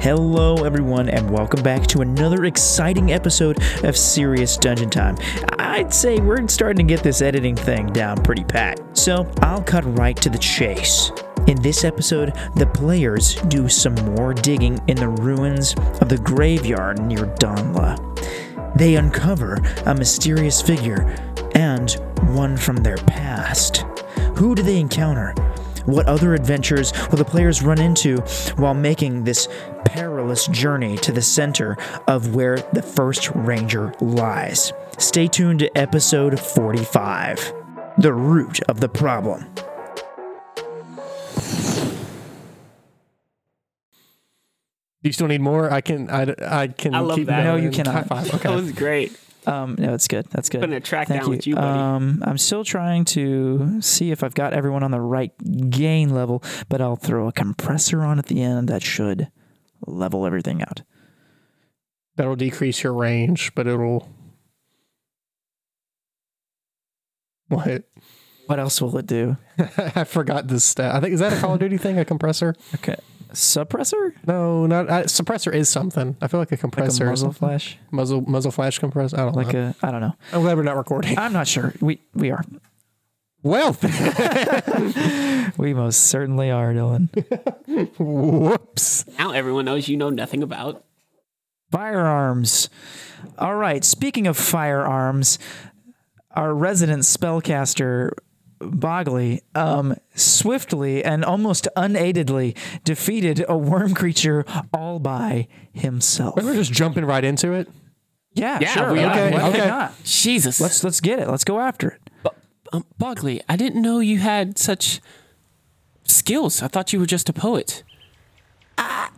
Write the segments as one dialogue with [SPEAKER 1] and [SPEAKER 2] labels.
[SPEAKER 1] Hello, everyone, and welcome back to another exciting episode of Serious Dungeon Time. I'd say we're starting to get this editing thing down pretty pat, so I'll cut right to the chase. In this episode, the players do some more digging in the ruins of the graveyard near Donla. They uncover a mysterious figure and one from their past. Who do they encounter? What other adventures will the players run into while making this perilous journey to the center of where the first ranger lies? Stay tuned to episode 45 The Root of the Problem.
[SPEAKER 2] Do you still need more? I can. I, I can.
[SPEAKER 3] I love
[SPEAKER 2] keep
[SPEAKER 3] that.
[SPEAKER 2] going
[SPEAKER 3] No,
[SPEAKER 1] you
[SPEAKER 2] and
[SPEAKER 1] cannot.
[SPEAKER 2] High five.
[SPEAKER 3] That
[SPEAKER 2] Okay.
[SPEAKER 3] was great.
[SPEAKER 1] Um, no, it's good. That's good.
[SPEAKER 3] Putting a track
[SPEAKER 1] Thank
[SPEAKER 3] down with you, buddy.
[SPEAKER 1] Um, I'm still trying to see if I've got everyone on the right gain level, but I'll throw a compressor on at the end that should level everything out.
[SPEAKER 2] That'll decrease your range, but it'll. What?
[SPEAKER 1] What else will it do?
[SPEAKER 2] I forgot this stat. I think is that a Call of Duty thing? A compressor?
[SPEAKER 1] Okay, suppressor,
[SPEAKER 2] No, not I, suppressor is something. I feel like a
[SPEAKER 1] like
[SPEAKER 2] compressor,
[SPEAKER 1] a
[SPEAKER 2] or
[SPEAKER 1] muzzle
[SPEAKER 2] something.
[SPEAKER 1] flash,
[SPEAKER 2] muzzle, muzzle flash compressor. I don't
[SPEAKER 1] like
[SPEAKER 2] know.
[SPEAKER 1] a I don't know.
[SPEAKER 2] i I'm glad we're not recording.
[SPEAKER 1] I'm not sure. We we are.
[SPEAKER 2] Well,
[SPEAKER 1] We most certainly are, Dylan.
[SPEAKER 2] whoops.
[SPEAKER 3] Now everyone knows you know nothing about.
[SPEAKER 1] Firearms. All right. Speaking of firearms, our resident spellcaster Bogley um, swiftly and almost unaidedly defeated a worm creature all by himself.
[SPEAKER 2] We're just jumping right into it.
[SPEAKER 1] Yeah,
[SPEAKER 3] Yeah,
[SPEAKER 1] sure.
[SPEAKER 3] we are.
[SPEAKER 1] okay,
[SPEAKER 2] Okay,
[SPEAKER 1] why
[SPEAKER 2] okay.
[SPEAKER 1] not?
[SPEAKER 3] Jesus.
[SPEAKER 1] Let's let's get it. Let's go after it.
[SPEAKER 3] um, Bogley, I didn't know you had such skills. I thought you were just a poet.
[SPEAKER 4] I'm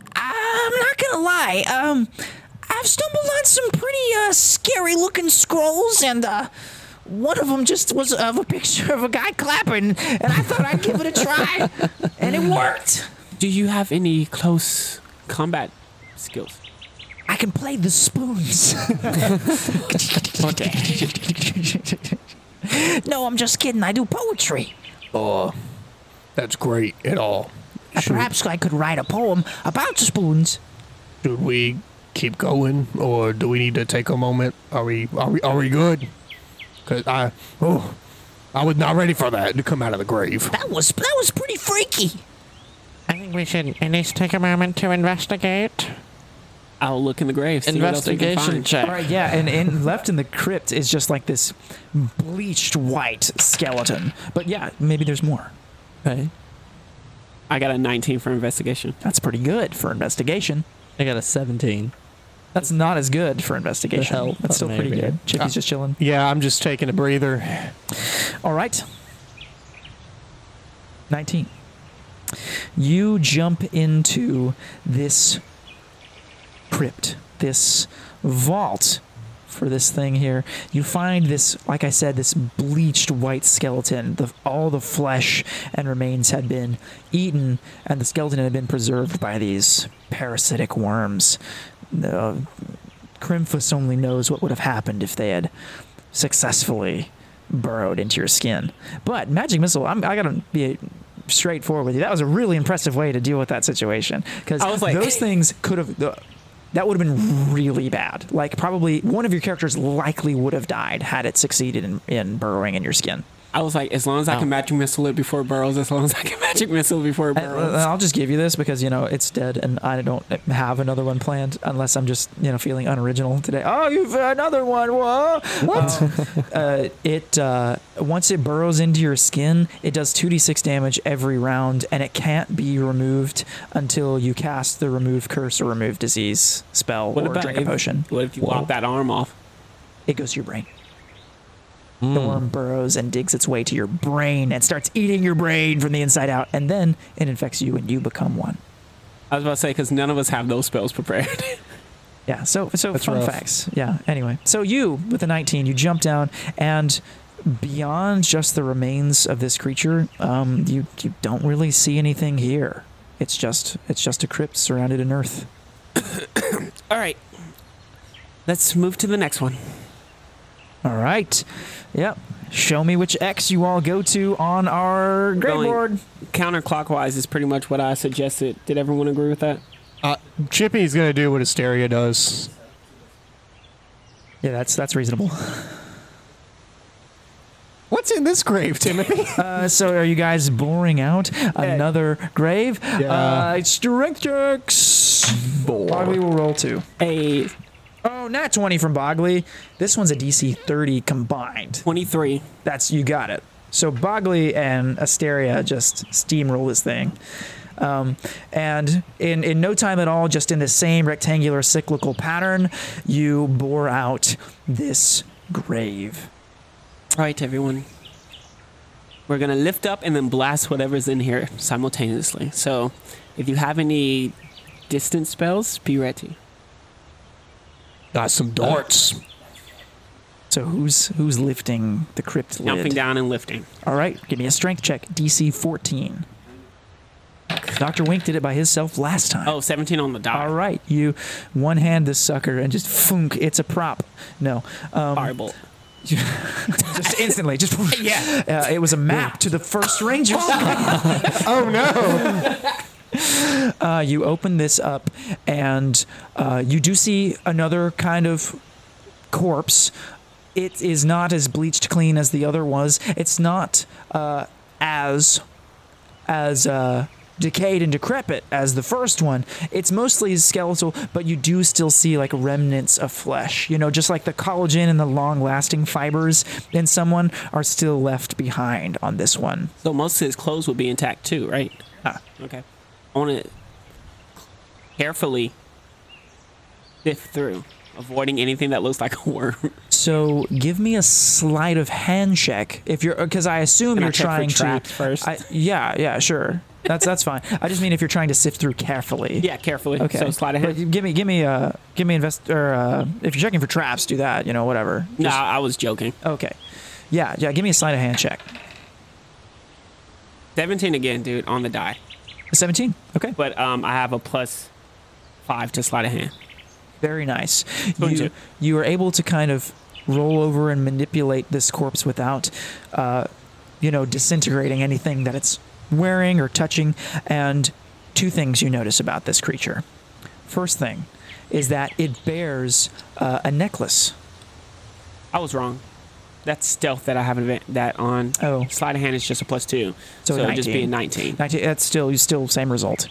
[SPEAKER 4] not gonna lie. Um, I've stumbled on some pretty uh, scary looking scrolls, and uh, one of them just was of a picture of a guy clapping, and I thought I'd give it a try, and it worked.
[SPEAKER 3] Do you have any close combat skills?
[SPEAKER 4] I can play the spoons. no, I'm just kidding. I do poetry.
[SPEAKER 2] That's great at all.
[SPEAKER 4] Perhaps I could write a poem about spoons.
[SPEAKER 2] Should we keep going, or do we need to take a moment? Are we are we are we good? Cause I oh, I was not ready for that to come out of the grave.
[SPEAKER 4] That was that was pretty freaky.
[SPEAKER 5] I think we should at least take a moment to investigate.
[SPEAKER 3] I'll look in the grave. See what else we can
[SPEAKER 5] Investigation
[SPEAKER 3] find.
[SPEAKER 5] check.
[SPEAKER 1] All right, yeah, and, and left in the crypt is just like this bleached white skeleton. But yeah, maybe there's more.
[SPEAKER 5] Okay.
[SPEAKER 3] I got a 19 for investigation.
[SPEAKER 1] That's pretty good for investigation.
[SPEAKER 5] I got a 17.
[SPEAKER 1] That's not as good for investigation.
[SPEAKER 5] The hell,
[SPEAKER 1] That's still pretty
[SPEAKER 5] maybe.
[SPEAKER 1] good. Chippy's just chilling.
[SPEAKER 2] Yeah, I'm just taking a breather.
[SPEAKER 1] All right. 19. You jump into this crypt, this vault for this thing here. You find this, like I said, this bleached white skeleton. The, all the flesh and remains had been eaten, and the skeleton had been preserved by these parasitic worms. Uh, Crimphus only knows what would have happened if they had successfully burrowed into your skin. But magic missile, I'm, I gotta be straightforward with you. That was a really impressive way to deal with that situation because
[SPEAKER 3] I was like-
[SPEAKER 1] those things could have. that would have been really bad. Like probably one of your characters likely would have died had it succeeded in, in burrowing in your skin.
[SPEAKER 3] I was like, as long as I can magic missile it before it burrows, as long as I can magic missile before it
[SPEAKER 5] Uh,
[SPEAKER 1] And
[SPEAKER 3] burrows.
[SPEAKER 1] I'll just give you this because you know it's dead, and I don't have another one planned unless I'm just you know feeling unoriginal today. Oh, you've another one! Whoa! What? uh, it uh, once it burrows into your skin, it does two d six damage every round, and it can't be removed until you cast the remove curse or remove disease spell or drink a
[SPEAKER 3] if-
[SPEAKER 1] potion.
[SPEAKER 3] What if you lop that arm off?
[SPEAKER 1] It goes to your brain.
[SPEAKER 3] Hmm.
[SPEAKER 1] The worm burrows and digs its way to your brain and starts eating your brain from the inside out, and then it infects you, and you become one.
[SPEAKER 3] I was about to say because none of us have those spells prepared.
[SPEAKER 1] Yeah. So so
[SPEAKER 2] That's
[SPEAKER 1] fun
[SPEAKER 2] rough.
[SPEAKER 1] facts. Yeah. Anyway, so you with a 19, you jump down and beyond just the remains of this creature, um, you you don't really see anything here. It's just it's just a crypt surrounded in earth.
[SPEAKER 3] All right, let's move to the next one.
[SPEAKER 1] All right. Yep. Show me which X you all go to on our grade
[SPEAKER 3] Going-
[SPEAKER 1] board.
[SPEAKER 3] Counterclockwise is pretty much what I suggested. Did everyone agree with that?
[SPEAKER 2] Uh, Chippy's gonna do what Hysteria does.
[SPEAKER 1] Yeah, that's that's reasonable.
[SPEAKER 2] What's in this grave, Timothy?
[SPEAKER 1] Uh, so, are you guys boring out another grave?
[SPEAKER 2] Yeah.
[SPEAKER 1] Uh, strength checks. Bogley will roll two.
[SPEAKER 3] A
[SPEAKER 1] Oh, not 20 from Bogley. This one's a DC 30 combined.
[SPEAKER 3] 23.
[SPEAKER 1] That's you got it. So Bogley and Asteria just steamroll this thing. Um, and in, in no time at all, just in the same rectangular cyclical pattern, you bore out this grave.
[SPEAKER 3] Right, everyone. We're gonna lift up and then blast whatever's in here simultaneously. So, if you have any distance spells, be ready.
[SPEAKER 2] Got some darts.
[SPEAKER 1] So who's who's lifting the crypt lid?
[SPEAKER 3] Jumping down and lifting.
[SPEAKER 1] All right, give me a strength check. DC 14. Dr. Wink did it by himself last time.
[SPEAKER 3] Oh, 17 on the dot.
[SPEAKER 1] All right, you one hand this sucker and just funk. It's a prop. No, um,
[SPEAKER 3] Firebolt.
[SPEAKER 1] just instantly, just yeah. Uh, it was a map to the first ranger.
[SPEAKER 2] Oh no!
[SPEAKER 1] uh, you open this up, and uh, you do see another kind of corpse. It is not as bleached clean as the other was. It's not uh, as as uh, decayed and decrepit as the first one. It's mostly skeletal, but you do still see like remnants of flesh. You know, just like the collagen and the long-lasting fibers in someone are still left behind on this one.
[SPEAKER 3] So, most of his clothes will be intact too, right?
[SPEAKER 1] Ah.
[SPEAKER 3] Okay. I wanna carefully sift through, avoiding anything that looks like a worm.
[SPEAKER 1] So give me a sleight of hand check if you're because I assume
[SPEAKER 3] Can I
[SPEAKER 1] you're
[SPEAKER 3] check for
[SPEAKER 1] trying
[SPEAKER 3] traps
[SPEAKER 1] to
[SPEAKER 3] first?
[SPEAKER 1] I, yeah, yeah, sure. That's that's fine. I just mean if you're trying to sift through carefully.
[SPEAKER 3] yeah, carefully.
[SPEAKER 1] Okay.
[SPEAKER 3] So, slide ahead.
[SPEAKER 1] But give me, give me, uh, give me invest or uh, if you're checking for traps, do that. You know, whatever.
[SPEAKER 3] Nah, I was joking.
[SPEAKER 1] Okay. Yeah, yeah. Give me a sleight of hand check.
[SPEAKER 3] 17 again, dude, on the die.
[SPEAKER 1] Seventeen. Okay.
[SPEAKER 3] But um, I have a plus five to slide a hand.
[SPEAKER 1] Very nice.
[SPEAKER 3] Going
[SPEAKER 1] You
[SPEAKER 3] to.
[SPEAKER 1] you are able to kind of roll over and manipulate this corpse without, uh, you know, disintegrating anything that it's wearing or touching. And two things you notice about this creature. First thing is that it bears uh, a necklace.
[SPEAKER 3] I was wrong. That's stealth that I have advan- that on.
[SPEAKER 1] Oh.
[SPEAKER 3] Slide of hand is just a plus two.
[SPEAKER 1] So
[SPEAKER 3] So, it'd just be a 19.
[SPEAKER 1] 19 that's still you still same result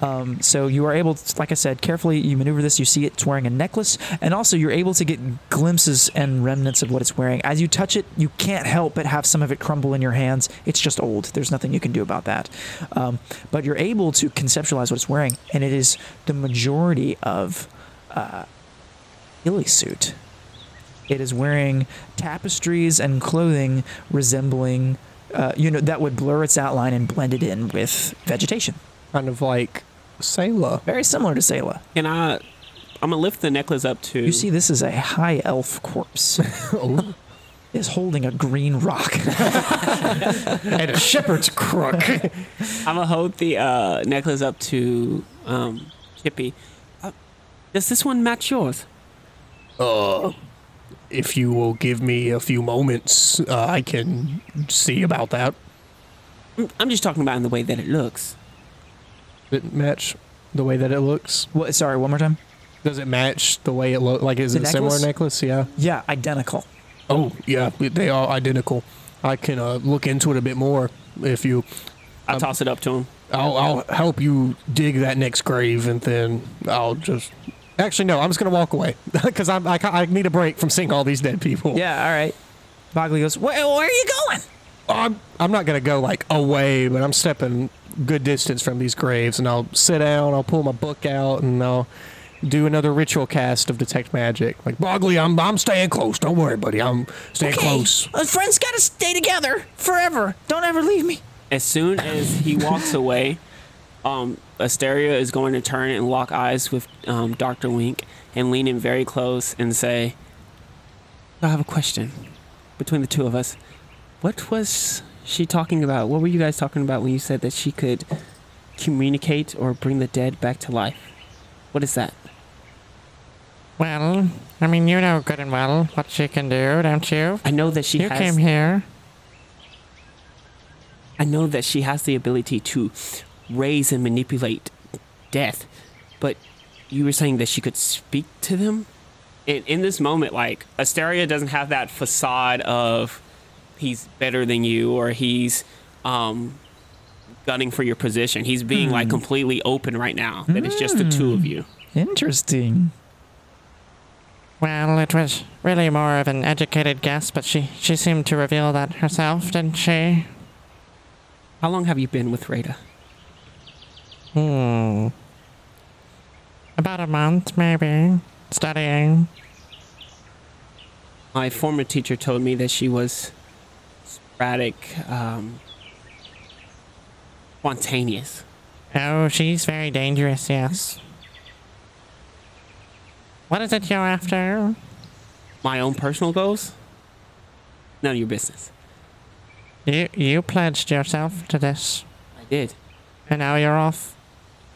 [SPEAKER 1] um, so you are able to, like i said carefully you maneuver this you see it's wearing a necklace and also you're able to get glimpses and remnants of what it's wearing as you touch it you can't help but have some of it crumble in your hands it's just old there's nothing you can do about that um, but you're able to conceptualize what it's wearing and it is the majority of uh, illy suit it is wearing tapestries and clothing resembling, uh, you know, that would blur its outline and blend it in with vegetation.
[SPEAKER 2] kind of like Sailor.
[SPEAKER 1] Very similar to Selah.
[SPEAKER 3] Can I? I'm gonna lift the necklace up to.
[SPEAKER 1] You see, this is a high elf corpse. Is holding a green rock.
[SPEAKER 2] and a shepherd's crook.
[SPEAKER 3] I'm gonna hold the uh, necklace up to um, Chippy. Uh, does this one match yours?
[SPEAKER 2] Uh, if you will give me a few moments, uh, I can see about that.
[SPEAKER 3] Mm, I'm just talking about in the way that it looks.
[SPEAKER 2] Does it match the way that it looks?
[SPEAKER 1] what, sorry, one more time.
[SPEAKER 2] Does it match the way it looks? Like, is
[SPEAKER 1] The
[SPEAKER 2] it a similar
[SPEAKER 1] necklace?
[SPEAKER 2] necklace? Yeah.
[SPEAKER 1] Yeah, identical.
[SPEAKER 2] Oh, yeah. They are identical. I can uh, look into it a bit more if you.
[SPEAKER 3] I will toss it up to him.
[SPEAKER 2] I'll, I'll help you dig that next grave, and then I'll just. Actually, no. I'm just gonna walk away because I'm. I, ca- I need a break from seeing all these dead people.
[SPEAKER 1] Yeah, all right. Bogley goes, where, where are you going?
[SPEAKER 2] I'm, I'm not gonna go like away, but I'm stepping good distance from these graves, and I'll sit down, I'll pull my book out, and I'll do another ritual cast of detect magic. Like Bogley, I'm I'm staying close. Don't worry, buddy. I'm staying close.
[SPEAKER 4] Uh, friends gotta stay together forever. Don't ever leave me.
[SPEAKER 3] As soon as he walks away, um, Asteria is going to turn and lock eyes with um, Doctor Wink and lean in very close and say, "I have a question between the two of us. What was she talking about? What were you guys talking about when you said that she could communicate or bring the dead back to life? What is that?"
[SPEAKER 5] Well, I mean, you know good and well what she can do, don't you?
[SPEAKER 3] I know that she
[SPEAKER 5] you
[SPEAKER 3] has.
[SPEAKER 5] came here.
[SPEAKER 3] I know that she has the ability to raise and manipulate death. But you were saying that she could speak to them? And in this moment, like, Asteria doesn't have that facade of he's better than you or he's um, gunning for your position. He's being, like, completely open right now that it's just the two of you.
[SPEAKER 6] Interesting.
[SPEAKER 5] Well, it was really more of an educated guess, but she, she seemed to reveal that herself, didn't she?
[SPEAKER 3] How long have you been with Rada?
[SPEAKER 5] Hmm. About a month, maybe. Studying.
[SPEAKER 3] My former teacher told me that she was sporadic, um, spontaneous.
[SPEAKER 5] Oh, she's very dangerous, yes. What is it you're after?
[SPEAKER 3] My own personal goals? None of your business.
[SPEAKER 5] You, you pledged yourself to this,
[SPEAKER 3] I did.
[SPEAKER 5] and now you're off.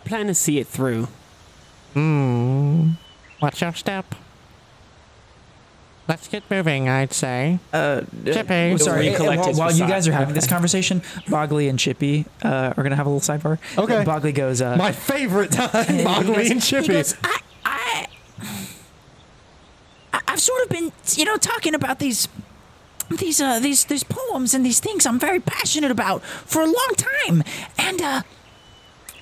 [SPEAKER 3] I plan to see it through.
[SPEAKER 5] Hmm. What's your step? Let's get moving, I'd say.
[SPEAKER 6] Uh,
[SPEAKER 5] Chippy.
[SPEAKER 6] uh, sorry.
[SPEAKER 3] We'll recollect
[SPEAKER 6] uh, while
[SPEAKER 3] his
[SPEAKER 6] while you
[SPEAKER 3] facade.
[SPEAKER 6] guys are having this conversation, Bogley and Chippy uh, are gonna have a little sidebar.
[SPEAKER 2] Okay.
[SPEAKER 6] Bogley goes. Uh,
[SPEAKER 2] My favorite time,
[SPEAKER 6] he
[SPEAKER 2] Bogley
[SPEAKER 6] goes-
[SPEAKER 2] and Chippy.
[SPEAKER 1] He goes, I, I, I- I've sort of been, you know, talking about these, these, uh, these, these poems and these things I'm very passionate about for a long time, and uh,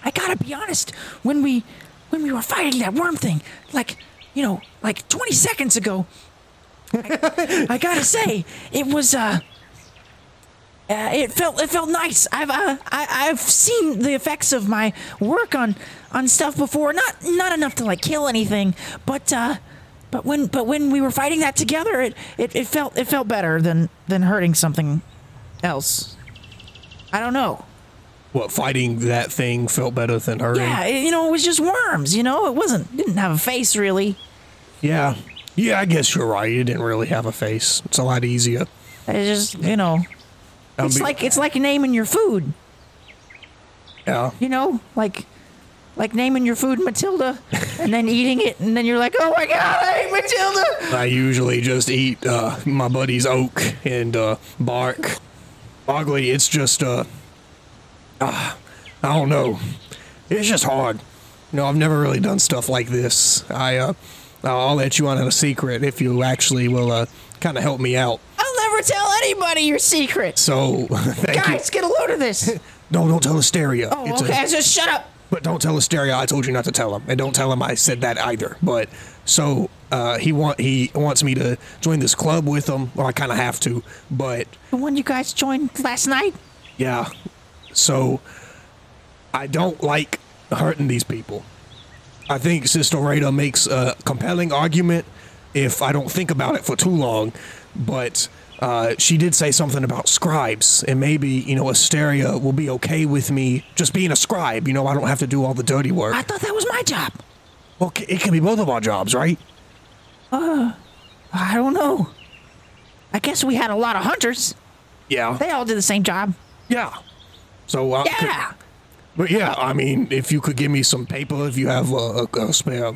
[SPEAKER 1] I gotta be honest, when we, when we were fighting that worm thing, like, you know, like 20 seconds ago, I, I gotta say, it was, uh. Uh, it felt it felt nice. I've uh, I, I've seen the effects of my work on on stuff before. Not not enough to like kill anything, but uh, but when but when we were fighting that together, it, it, it felt it felt better than than hurting something else. I don't know.
[SPEAKER 2] What fighting that thing felt better than hurting?
[SPEAKER 1] Yeah, it- you know, it was just worms. You know, it wasn't didn't have a face really.
[SPEAKER 2] yeah, Yeah, I guess you're right. It didn't really have a face. It's a lot easier.
[SPEAKER 1] It just you know,
[SPEAKER 2] That'll
[SPEAKER 1] it's
[SPEAKER 2] be-
[SPEAKER 1] like it's like naming your food.
[SPEAKER 2] yeah.
[SPEAKER 1] You know, like like naming your food Matilda, and then eating it, and then you're like, oh my god, I ate Matilda.
[SPEAKER 2] I usually just eat uh, my buddy's oak and uh, bark. Bogley, it's just uh, ah, I don't know. It's just hard. No, I've never really done stuff like this. I uh, I'll let you on a secret if you actually will uh, kind of help me out.
[SPEAKER 1] I'll never tell anybody your secrets.
[SPEAKER 2] So thank you.
[SPEAKER 1] Guys, get a load of this.
[SPEAKER 2] No, don't tell Asteria.
[SPEAKER 1] Oh, okay. Just shut up.
[SPEAKER 2] But don't tell Asteria I told you not to tell him, and don't tell him I said that either. But so uh, he want he wants me to join this club with him. Well, I kind of have to, but
[SPEAKER 1] The one you guys joined last night.
[SPEAKER 2] yeah. So I don't like hurting these people. I think Sister Rada makes a compelling argument if I don't think about it for too long, but uh, she did say something about scribes, and maybe, you know, Asteria will be okay with me just being a scribe. You know, I don't have to do all the dirty work.
[SPEAKER 1] I thought that was my job.
[SPEAKER 2] Well, c- it can be both of our jobs, right?
[SPEAKER 1] I don't know. I guess we had a lot of hunters.
[SPEAKER 2] Yeah.
[SPEAKER 1] They all did the same job.
[SPEAKER 2] Yeah. So, uh, could-
[SPEAKER 1] Yeah.
[SPEAKER 2] but yeah, I mean, if you could give me some paper, if you have a, a, a spare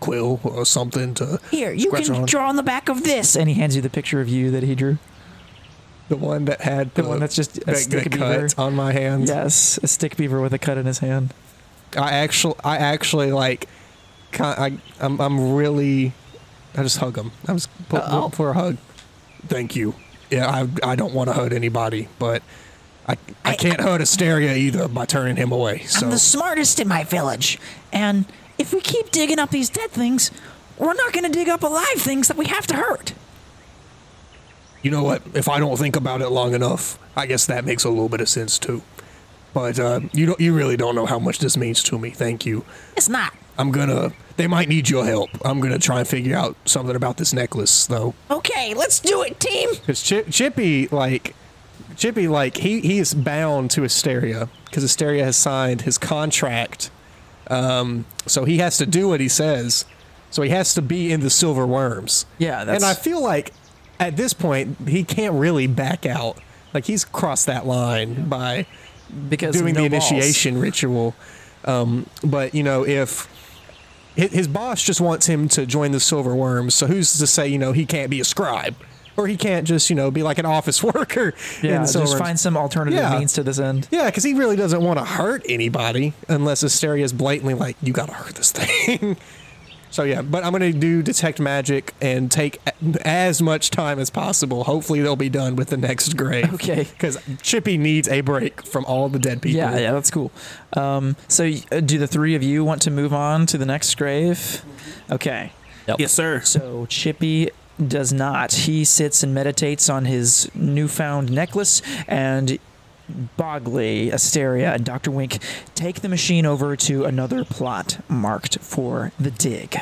[SPEAKER 2] quill or something to
[SPEAKER 1] Here, you
[SPEAKER 2] scratch
[SPEAKER 1] can
[SPEAKER 2] on.
[SPEAKER 1] draw on the back of this.
[SPEAKER 6] and he hands you the picture of you that he drew.
[SPEAKER 2] the one that had the,
[SPEAKER 6] one that's just a
[SPEAKER 2] that,
[SPEAKER 6] stick
[SPEAKER 2] that
[SPEAKER 6] of beaver.
[SPEAKER 2] cut on my hand.
[SPEAKER 6] Yes, a stick beaver with a cut in his hand.
[SPEAKER 2] I actually, I actually like, ki- I, I'm, I'm really, I just hug him. I was put
[SPEAKER 1] Uh-oh.
[SPEAKER 2] for a hug. Thank you. Yeah, I, I don't want to hurt anybody, but I, I can't hurt Asteria either by turning him away. So
[SPEAKER 1] I'm the smartest in my village. And if we keep digging up these dead things, we're not going to dig up alive things that we have to hurt.
[SPEAKER 2] you know what? If I don't think about it long enough, I guess that makes a little bit of sense too. But uh, you don't, you really don't know how much this means to me. Thank you.
[SPEAKER 1] It's not.
[SPEAKER 2] I'm gonna. They might need your help. I'm gonna try and figure out something about this necklace, though.
[SPEAKER 1] Okay, let's do it, team.
[SPEAKER 2] Because Chip, Chippy, like, Chippy, like, he, he is bound to Asteria because Asteria has signed his contract. Um, so he has to do what he says. So he has to be in the Silver Worms.
[SPEAKER 6] Yeah, that's-
[SPEAKER 2] and I feel like at this point he can't really back out. Like he's crossed that line by
[SPEAKER 6] Because
[SPEAKER 2] doing
[SPEAKER 6] no
[SPEAKER 2] the
[SPEAKER 6] balls.
[SPEAKER 2] initiation ritual. Um, but you know, if hi- his boss just wants him to join the Silver Worms, so who's to say you know he can't be a scribe? or he can't just you know be like an office worker.
[SPEAKER 6] Yeah,
[SPEAKER 2] in
[SPEAKER 6] just
[SPEAKER 2] Silver's.
[SPEAKER 6] find some alternative
[SPEAKER 2] Yeah.
[SPEAKER 6] means to this end.
[SPEAKER 2] Yeah, because he really doesn't want to hurt anybody unless Asteria is blatantly like, you got to hurt this thing. so, yeah, but I'm going to do detect magic and take a- as much time as possible. Hopefully, they'll be done with the next grave.
[SPEAKER 6] Okay.
[SPEAKER 2] Because Chippy needs a break from all the dead people.
[SPEAKER 6] Yeah, yeah, that's cool. Um, so, y- uh, do the three of you want to move on to the next grave? Okay.
[SPEAKER 3] Yes, sir.
[SPEAKER 6] So Chippy does not. He sits and meditates on his newfound necklace and Bogley, Asteria, and Dr. Wink take the machine over to another plot marked for the dig.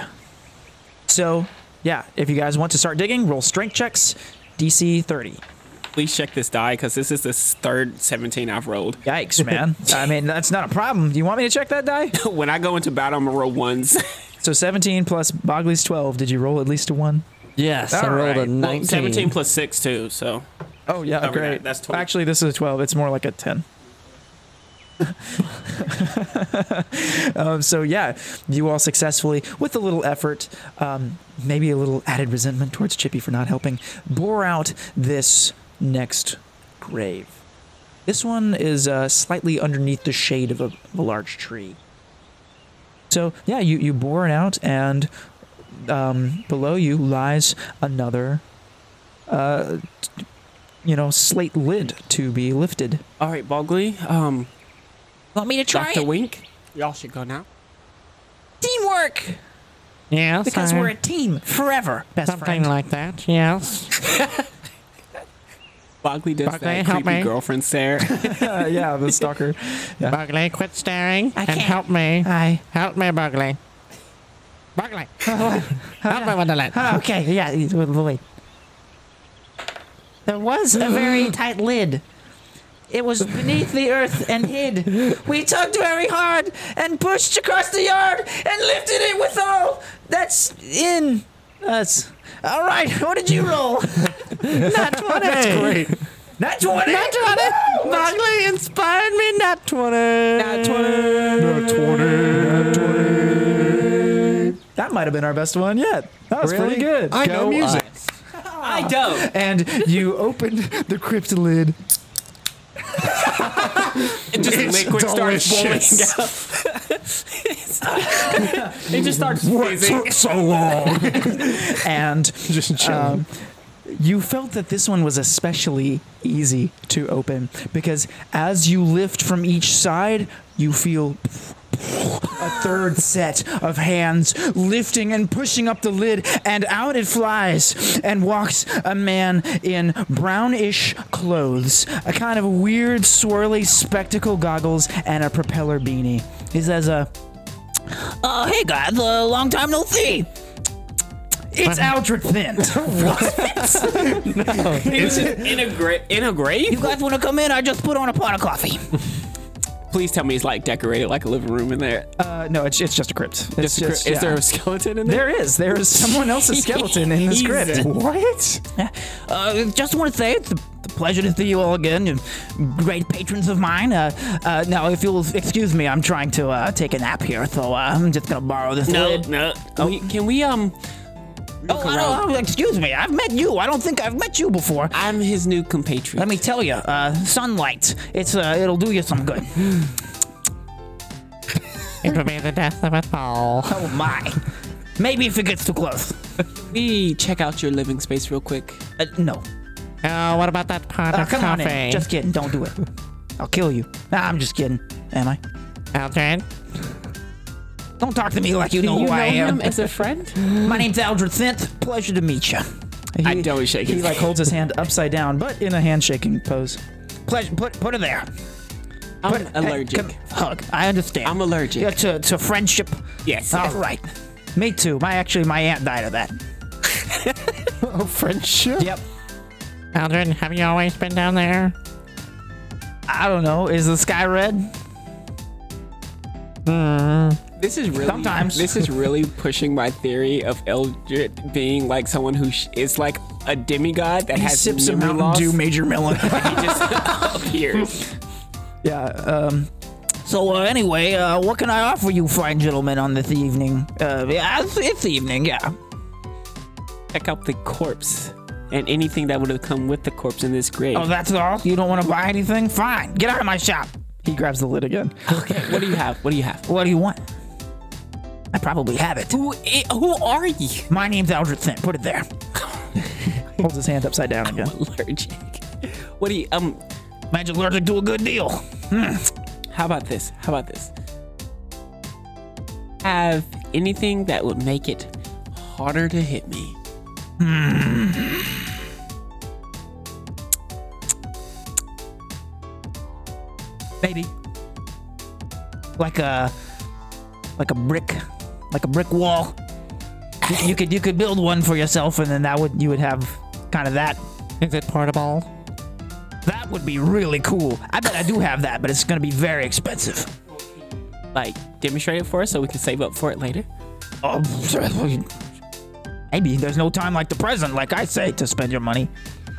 [SPEAKER 6] So, yeah, if you guys want to start digging, roll strength checks, DC 30.
[SPEAKER 3] Please check this die because this is the third 17 I've rolled.
[SPEAKER 6] Yikes, man. I mean, that's not a problem. Do you want me to check that die?
[SPEAKER 3] when I go into battle, I'm gonna roll ones.
[SPEAKER 6] So 17 plus Bogley's 12. Did you roll at least a one?
[SPEAKER 5] Yes, I rolled a
[SPEAKER 6] Alright, well,
[SPEAKER 5] 19.
[SPEAKER 3] Well, 17 plus six too. So
[SPEAKER 6] Oh yeah,
[SPEAKER 3] Cover
[SPEAKER 6] great.
[SPEAKER 3] that. That's 12.
[SPEAKER 6] Actually, this is a twelve. It's more like a ten. um, so yeah, you all successfully, with a little effort, um, maybe a little added resentment towards Chippy for not helping, bore out this next grave. This one is uh, slightly underneath the shade of a, of a large tree. So yeah, you you bore it out, and um, below you lies another you know, slate lid to be lifted.
[SPEAKER 3] all right, Bogley, um,
[SPEAKER 4] Want me to try
[SPEAKER 3] Doctor
[SPEAKER 4] it?
[SPEAKER 3] Wink, y'all should go now.
[SPEAKER 4] Teamwork,
[SPEAKER 5] Yes,
[SPEAKER 6] Because
[SPEAKER 5] I-
[SPEAKER 6] we're a team forever, best
[SPEAKER 5] something
[SPEAKER 6] friend.
[SPEAKER 5] like that. Yes.
[SPEAKER 3] Bogley does
[SPEAKER 5] Bogley,
[SPEAKER 3] that
[SPEAKER 5] help
[SPEAKER 3] creepy
[SPEAKER 5] me.
[SPEAKER 3] girlfriend stare.
[SPEAKER 6] Uh, yeah, the stalker. Yeah.
[SPEAKER 5] Bugley, quit staring and
[SPEAKER 4] can't.
[SPEAKER 5] help me.
[SPEAKER 6] Hi.
[SPEAKER 5] Help me, Bugley. Bugley. help me, Wonderland.
[SPEAKER 6] Oh, okay. Yeah. he's with Lloyd.
[SPEAKER 4] There was a very tight lid. It was beneath the earth and hid. We tugged very hard and pushed across the yard and lifted it with all that's in us. All right, what did you roll? Not 20. That's
[SPEAKER 2] Great.
[SPEAKER 4] Not 20. Not 20.
[SPEAKER 5] Bugley inspired me, not 20.
[SPEAKER 4] Not 20.
[SPEAKER 6] That might have been our best one yet. That was pretty good.
[SPEAKER 2] I know
[SPEAKER 6] Go
[SPEAKER 2] music.
[SPEAKER 6] us.
[SPEAKER 3] I don't.
[SPEAKER 6] And you opened the crypt lid.
[SPEAKER 3] It just
[SPEAKER 2] It's
[SPEAKER 3] liquid
[SPEAKER 2] delicious.
[SPEAKER 3] starts boiling out. it just starts
[SPEAKER 2] What
[SPEAKER 3] fizzing.
[SPEAKER 2] took so long?
[SPEAKER 6] and
[SPEAKER 2] Just chilling.
[SPEAKER 6] um, you felt that this one was especially easy to open because as you lift from each side, you feel a third set of hands lifting and pushing up the lid, and out it flies and walks a man in brownish clothes, a kind of weird, swirly spectacle goggles, and a propeller beanie. He says, uh,
[SPEAKER 4] Oh, hey, guys, a long time no see.
[SPEAKER 6] It's Aldrich Thin.
[SPEAKER 3] in a gra- in a
[SPEAKER 4] You
[SPEAKER 3] grave?
[SPEAKER 4] guys want to come in? I just put on a pot of coffee.
[SPEAKER 3] Please tell me it's like decorated like a living room in there.
[SPEAKER 6] Uh, no, it's, it's just a crypt. It's
[SPEAKER 3] Just a cri-
[SPEAKER 6] just,
[SPEAKER 3] is there
[SPEAKER 6] yeah.
[SPEAKER 3] a skeleton in there?
[SPEAKER 6] There is. There is someone else's skeleton in this
[SPEAKER 3] He's-
[SPEAKER 6] crypt. What?
[SPEAKER 4] Uh, just want to say it's a pleasure to see you all again, you great patrons of mine. Uh, uh, now, if you'll excuse me, I'm trying to uh, take a nap here, so uh, I'm just gonna borrow this
[SPEAKER 3] No,
[SPEAKER 4] lid.
[SPEAKER 3] no. Can we, can we um?
[SPEAKER 4] Oh, I don't, oh, excuse me, I've met you. I don't think I've met you before.
[SPEAKER 3] I'm his new compatriot.
[SPEAKER 4] Let me tell you, uh, sunlight. It's uh, it'll do you some good.
[SPEAKER 5] It will be the death of us all.
[SPEAKER 4] Oh my. Maybe if it gets too close.
[SPEAKER 3] we check out your living space real quick.
[SPEAKER 4] Uh, no.
[SPEAKER 5] Oh, what about that pot
[SPEAKER 4] Uh,
[SPEAKER 5] of
[SPEAKER 4] come on
[SPEAKER 5] coffee?
[SPEAKER 4] in. Just kidding. Don't do it. I'll kill you. Nah, I'm just kidding. Am I?
[SPEAKER 5] Aldrin?
[SPEAKER 4] Don't talk to me like you know who I am.
[SPEAKER 3] as a friend?
[SPEAKER 4] My name's Aldred Synth. Pleasure to meet you.
[SPEAKER 3] I don't shake
[SPEAKER 6] He
[SPEAKER 3] his
[SPEAKER 6] like holds his hand upside down, but in a handshaking pose.
[SPEAKER 4] Pleasure. Put put her there.
[SPEAKER 3] I'm allergic.
[SPEAKER 4] Come- hug. I understand.
[SPEAKER 3] I'm allergic.
[SPEAKER 4] Yeah, to, to friendship.
[SPEAKER 3] Yes.
[SPEAKER 4] All right. Me too. My actually my aunt died of that.
[SPEAKER 3] Oh,
[SPEAKER 2] Friendship?
[SPEAKER 6] Yep.
[SPEAKER 5] Aldrin, have you always been down there?
[SPEAKER 6] I don't know. Is the sky red?
[SPEAKER 3] This is really
[SPEAKER 6] Sometimes.
[SPEAKER 3] this is really pushing my theory of Eldritch being like someone who sh- is like a demigod that
[SPEAKER 6] He
[SPEAKER 3] has
[SPEAKER 6] sips a
[SPEAKER 3] memory
[SPEAKER 6] Mountain
[SPEAKER 3] loss.
[SPEAKER 6] Dew Major Melon.
[SPEAKER 3] He just appears.
[SPEAKER 6] yeah. Um.
[SPEAKER 4] So uh, anyway, uh, what can I offer you, fine gentlemen, on this evening? Uh, yeah, it's, it's evening. Yeah.
[SPEAKER 3] Check out the corpse and anything that would have come with the corpse in this grave.
[SPEAKER 6] Oh, that's all? You don't want to buy anything? Fine. Get out of my shop.
[SPEAKER 7] He grabs the lid again.
[SPEAKER 3] okay, what do you have? What do you have?
[SPEAKER 6] What do you want? I probably have it.
[SPEAKER 3] Who, i- who are you?
[SPEAKER 6] My name's Aldrich Thin. Put it there.
[SPEAKER 7] Holds his hand upside down again.
[SPEAKER 3] Allergic. What do you, um,
[SPEAKER 6] Magic Allergic do a good deal.
[SPEAKER 3] How about this? How about this? Have anything that would make it harder to hit me. Maybe.
[SPEAKER 6] Like a like a brick like a brick wall. You, you could you could build one for yourself and then that would you would have kind of that.
[SPEAKER 5] Is it portable?
[SPEAKER 6] That would be really cool. I bet I do have that, but it's gonna be very expensive.
[SPEAKER 3] Like, demonstrate it for us so we can save up for it later.
[SPEAKER 6] Oh, maybe there's no time like the present, like I say, to spend your money.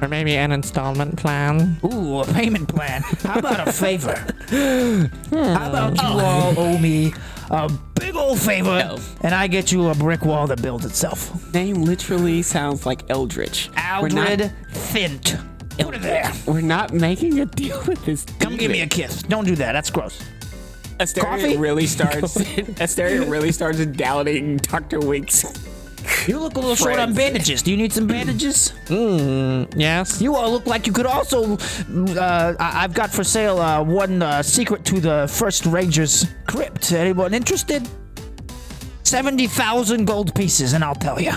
[SPEAKER 5] Or maybe an installment plan?
[SPEAKER 6] Ooh, a payment plan. How about a favor? Hmm. How about you all owe me a big old favor,
[SPEAKER 3] No.
[SPEAKER 6] and I get you a brick wall that builds itself.
[SPEAKER 3] Name literally sounds like Eldritch. We're not-
[SPEAKER 6] Aldred Thint. Put it there.
[SPEAKER 3] We're not making a deal with this.
[SPEAKER 6] Come give me a kiss. Don't do that. That's gross.
[SPEAKER 3] Asteria
[SPEAKER 6] coffee?
[SPEAKER 3] really starts. Asteria really starts doubting Doctor Winks.
[SPEAKER 6] You look a little short on
[SPEAKER 3] Friends.
[SPEAKER 6] bandages. Do you need some bandages?
[SPEAKER 5] Yes?
[SPEAKER 6] You all look like you could also. Uh, I- I've got for sale uh, one uh, secret to the First Ranger's crypt. Anyone interested? 70,000 gold pieces, and I'll tell you.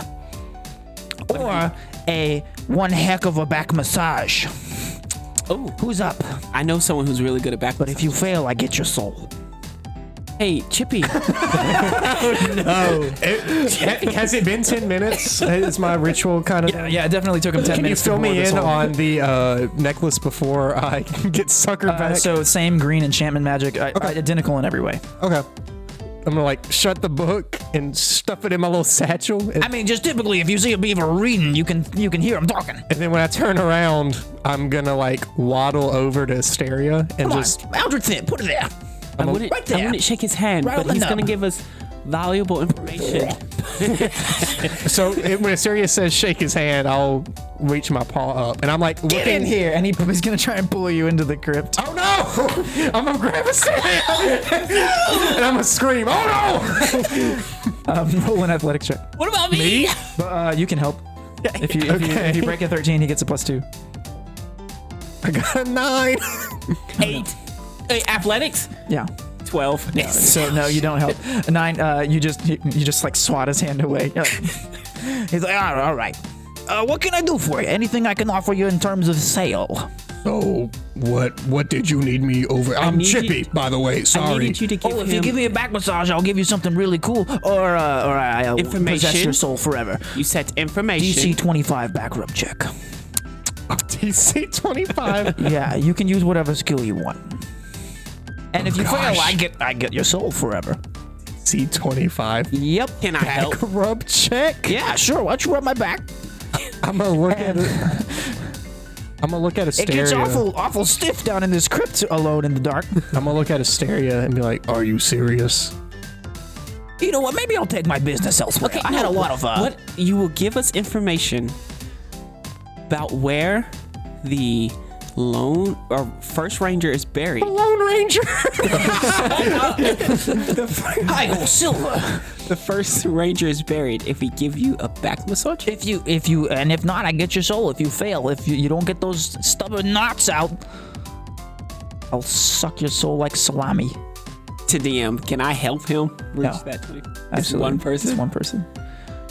[SPEAKER 6] Or a one heck of a back massage.
[SPEAKER 3] Oh,
[SPEAKER 6] Who's up?
[SPEAKER 3] I know someone who's really good at back.
[SPEAKER 6] But if you fail, I get your soul.
[SPEAKER 3] hey, Chippy,
[SPEAKER 2] has Oh, it been 10 minutes? It's my ritual kind of.
[SPEAKER 7] Yeah, it definitely took him 10
[SPEAKER 2] Can you
[SPEAKER 7] minutes to
[SPEAKER 2] fill
[SPEAKER 7] pour
[SPEAKER 2] me
[SPEAKER 7] this
[SPEAKER 2] in
[SPEAKER 7] whole-
[SPEAKER 2] on the uh, necklace before I get suckered
[SPEAKER 7] Uh,
[SPEAKER 2] back?
[SPEAKER 7] so same green enchantment magic, I, I- identical in every way.
[SPEAKER 2] okay. I'm gonna like shut the book and stuff it in my little satchel, and,
[SPEAKER 6] I mean, just typically, if you see a beaver reading, you can you can hear him talking.
[SPEAKER 2] and then when I turn around, I'm gonna like waddle over to Asteria and
[SPEAKER 6] Come on,
[SPEAKER 2] just
[SPEAKER 6] Aldrich Thin, put it there.
[SPEAKER 3] I wouldn't,
[SPEAKER 6] right
[SPEAKER 3] I
[SPEAKER 6] there.
[SPEAKER 3] wouldn't shake his hand,
[SPEAKER 6] Right
[SPEAKER 3] but
[SPEAKER 6] on
[SPEAKER 3] he's
[SPEAKER 6] up.
[SPEAKER 3] gonna give us valuable information.
[SPEAKER 2] so it, when Asteria says shake his hand, I'll reach my paw up, and I'm like,
[SPEAKER 7] Get in here, and he, he's gonna try and pull you into the crypt.
[SPEAKER 2] Oh no! I'm gonna grab Asteria, and I'm gonna scream, oh no!
[SPEAKER 7] Um, roll an athletics check.
[SPEAKER 3] What about me?
[SPEAKER 7] But, uh, you can help. If you if, you if
[SPEAKER 2] Okay.
[SPEAKER 7] you break a 13, he gets a plus two.
[SPEAKER 2] I got a nine.
[SPEAKER 3] Eight. Hey, athletics?
[SPEAKER 7] Yeah.
[SPEAKER 3] Twelve.
[SPEAKER 7] So no, you don't help. A Nine. Uh, you just you, you just like swat his hand away. You're like,
[SPEAKER 6] He's like, all right, all right. Uh, what can I do for you? Anything I can offer you in terms of sale?
[SPEAKER 2] Oh, what what did you need me over? I'm
[SPEAKER 3] need
[SPEAKER 2] Chippy,
[SPEAKER 3] you-
[SPEAKER 2] by the way.
[SPEAKER 3] I
[SPEAKER 2] Sorry.
[SPEAKER 3] needed you to give
[SPEAKER 6] Oh, if
[SPEAKER 3] him.
[SPEAKER 6] you give me a back massage, I'll give you something really cool, or uh, or I uh, possess
[SPEAKER 3] Information?
[SPEAKER 6] your soul forever.
[SPEAKER 3] you said information.
[SPEAKER 6] DC twenty five back rub check.
[SPEAKER 2] DC 25.
[SPEAKER 6] Yeah, you can use whatever skill you want. And if you fail, I get I get your soul forever.
[SPEAKER 2] DC 25.
[SPEAKER 3] Yep. Can I help?
[SPEAKER 2] Back rub check.
[SPEAKER 6] Yeah, sure. Why don't you rub my back?
[SPEAKER 2] I'm gonna look at it. I'm gonna look at
[SPEAKER 6] It gets
[SPEAKER 2] Asteria.
[SPEAKER 6] awful awful stiff down in this crypt alone in the dark.
[SPEAKER 2] I'm gonna look at Asteria and be like, "Are you serious?"
[SPEAKER 6] You know what? Maybe I'll take my business elsewhere. I had a
[SPEAKER 3] no,
[SPEAKER 6] lot of uh,
[SPEAKER 3] What you will give us information about where the lone or first ranger is buried.
[SPEAKER 2] Lone Ranger.
[SPEAKER 6] I go silver.
[SPEAKER 3] The first ranger is buried if we give you a back massage.
[SPEAKER 6] If you if you and if not, I get your soul. If you fail, if you, you don't get those stubborn knots out, I'll suck your soul like salami.
[SPEAKER 3] to DM, can I help him reach
[SPEAKER 7] No.
[SPEAKER 3] that 20? It's
[SPEAKER 7] Absolutely.
[SPEAKER 3] one
[SPEAKER 7] It's
[SPEAKER 3] person.
[SPEAKER 7] one person.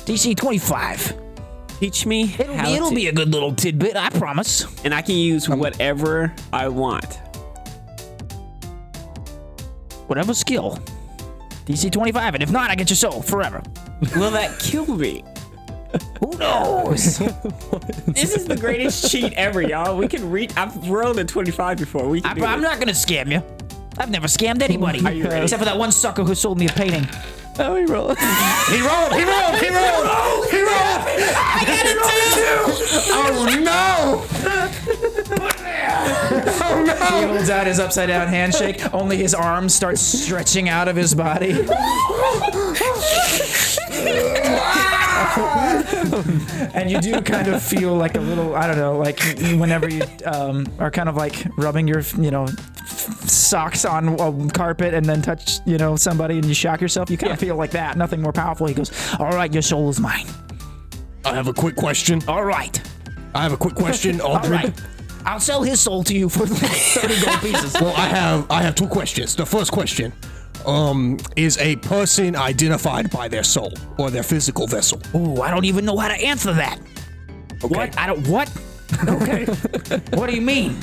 [SPEAKER 6] DC 25.
[SPEAKER 3] Teach me
[SPEAKER 6] It'll,
[SPEAKER 3] how
[SPEAKER 6] be, it'll
[SPEAKER 3] to-
[SPEAKER 6] be a good little tidbit, I promise.
[SPEAKER 3] and I can use whatever I want.
[SPEAKER 6] Whatever skill. DC 25, and if not, I get your soul forever.
[SPEAKER 3] Will that kill me?
[SPEAKER 6] Who knows?
[SPEAKER 3] This is the greatest cheat ever, y'all. We can read. I've rolled a 25 before. We
[SPEAKER 6] I,
[SPEAKER 3] can do
[SPEAKER 6] I'm
[SPEAKER 3] it.
[SPEAKER 6] not gonna scam you. I've never scammed anybody.
[SPEAKER 3] you ready?
[SPEAKER 6] Except for that one sucker who sold me a painting.
[SPEAKER 7] Oh, he rolled.
[SPEAKER 2] he rolled. He rolled. He rolled. He rolled. I got it too. Oh no. Oh no.
[SPEAKER 7] holds out his upside down handshake. Only his arms start stretching out of his body.
[SPEAKER 6] and you do kind of feel like a little i don't know like whenever you um, are kind of like rubbing your you know socks on a carpet and then touch you know somebody and you shock yourself you kind of feel like that nothing more powerful he goes all right your soul is mine
[SPEAKER 2] I have a quick question.
[SPEAKER 6] all right
[SPEAKER 2] I have a quick question. All
[SPEAKER 6] all right i'll sell his soul to you for like 30 gold pieces
[SPEAKER 2] Well, I have I have two questions. The first question, um, is a person identified by their soul or their physical vessel?
[SPEAKER 6] Ooh, i don't even know how to answer that what i don't what okay what do you mean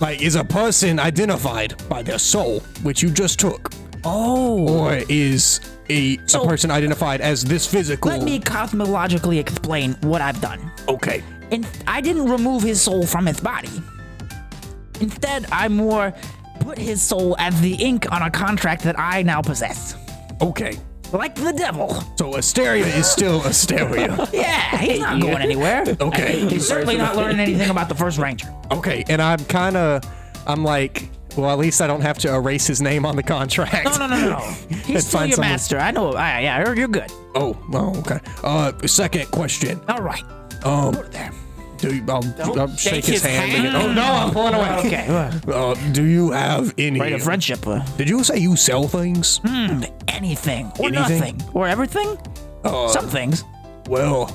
[SPEAKER 2] Like, is a person identified by their soul, which you just took? Oh. Or is a, a person identified as this physical?
[SPEAKER 6] let me cosmologically explain what i've done
[SPEAKER 2] Okay.
[SPEAKER 6] and I didn't remove his soul from his body. Instead, I more put his soul as the ink on a contract that I now possess.
[SPEAKER 2] Okay.
[SPEAKER 6] Like the devil.
[SPEAKER 2] So Asteria is still Asteria.
[SPEAKER 6] Yeah, Oh, he's not going anywhere.
[SPEAKER 2] Okay.
[SPEAKER 6] He's certainly not learning anything about the first ranger.
[SPEAKER 2] Okay. And I'm kind of, I'm like, well, at least I don't have to erase his name on the contract.
[SPEAKER 6] No, no, no, no. He's
[SPEAKER 2] Let's
[SPEAKER 6] still
[SPEAKER 2] find
[SPEAKER 6] your
[SPEAKER 2] someone.
[SPEAKER 6] master. I know. I, yeah, you're- you're good.
[SPEAKER 2] Oh, well, okay. Uh, second question.
[SPEAKER 6] All right.
[SPEAKER 2] Um,
[SPEAKER 6] There.
[SPEAKER 2] do you, I'll, I'll shake, his,
[SPEAKER 3] his
[SPEAKER 2] hand.
[SPEAKER 3] hand.
[SPEAKER 2] Oh no, I'm pulling away.
[SPEAKER 6] Okay. Uh,
[SPEAKER 2] Uh, do you have any?
[SPEAKER 6] rate of friendship. Uh,
[SPEAKER 2] Did you say you sell things?
[SPEAKER 6] Hmm. anything or
[SPEAKER 2] Anything? Uh,
[SPEAKER 6] nothing or everything. Some things.
[SPEAKER 2] Well,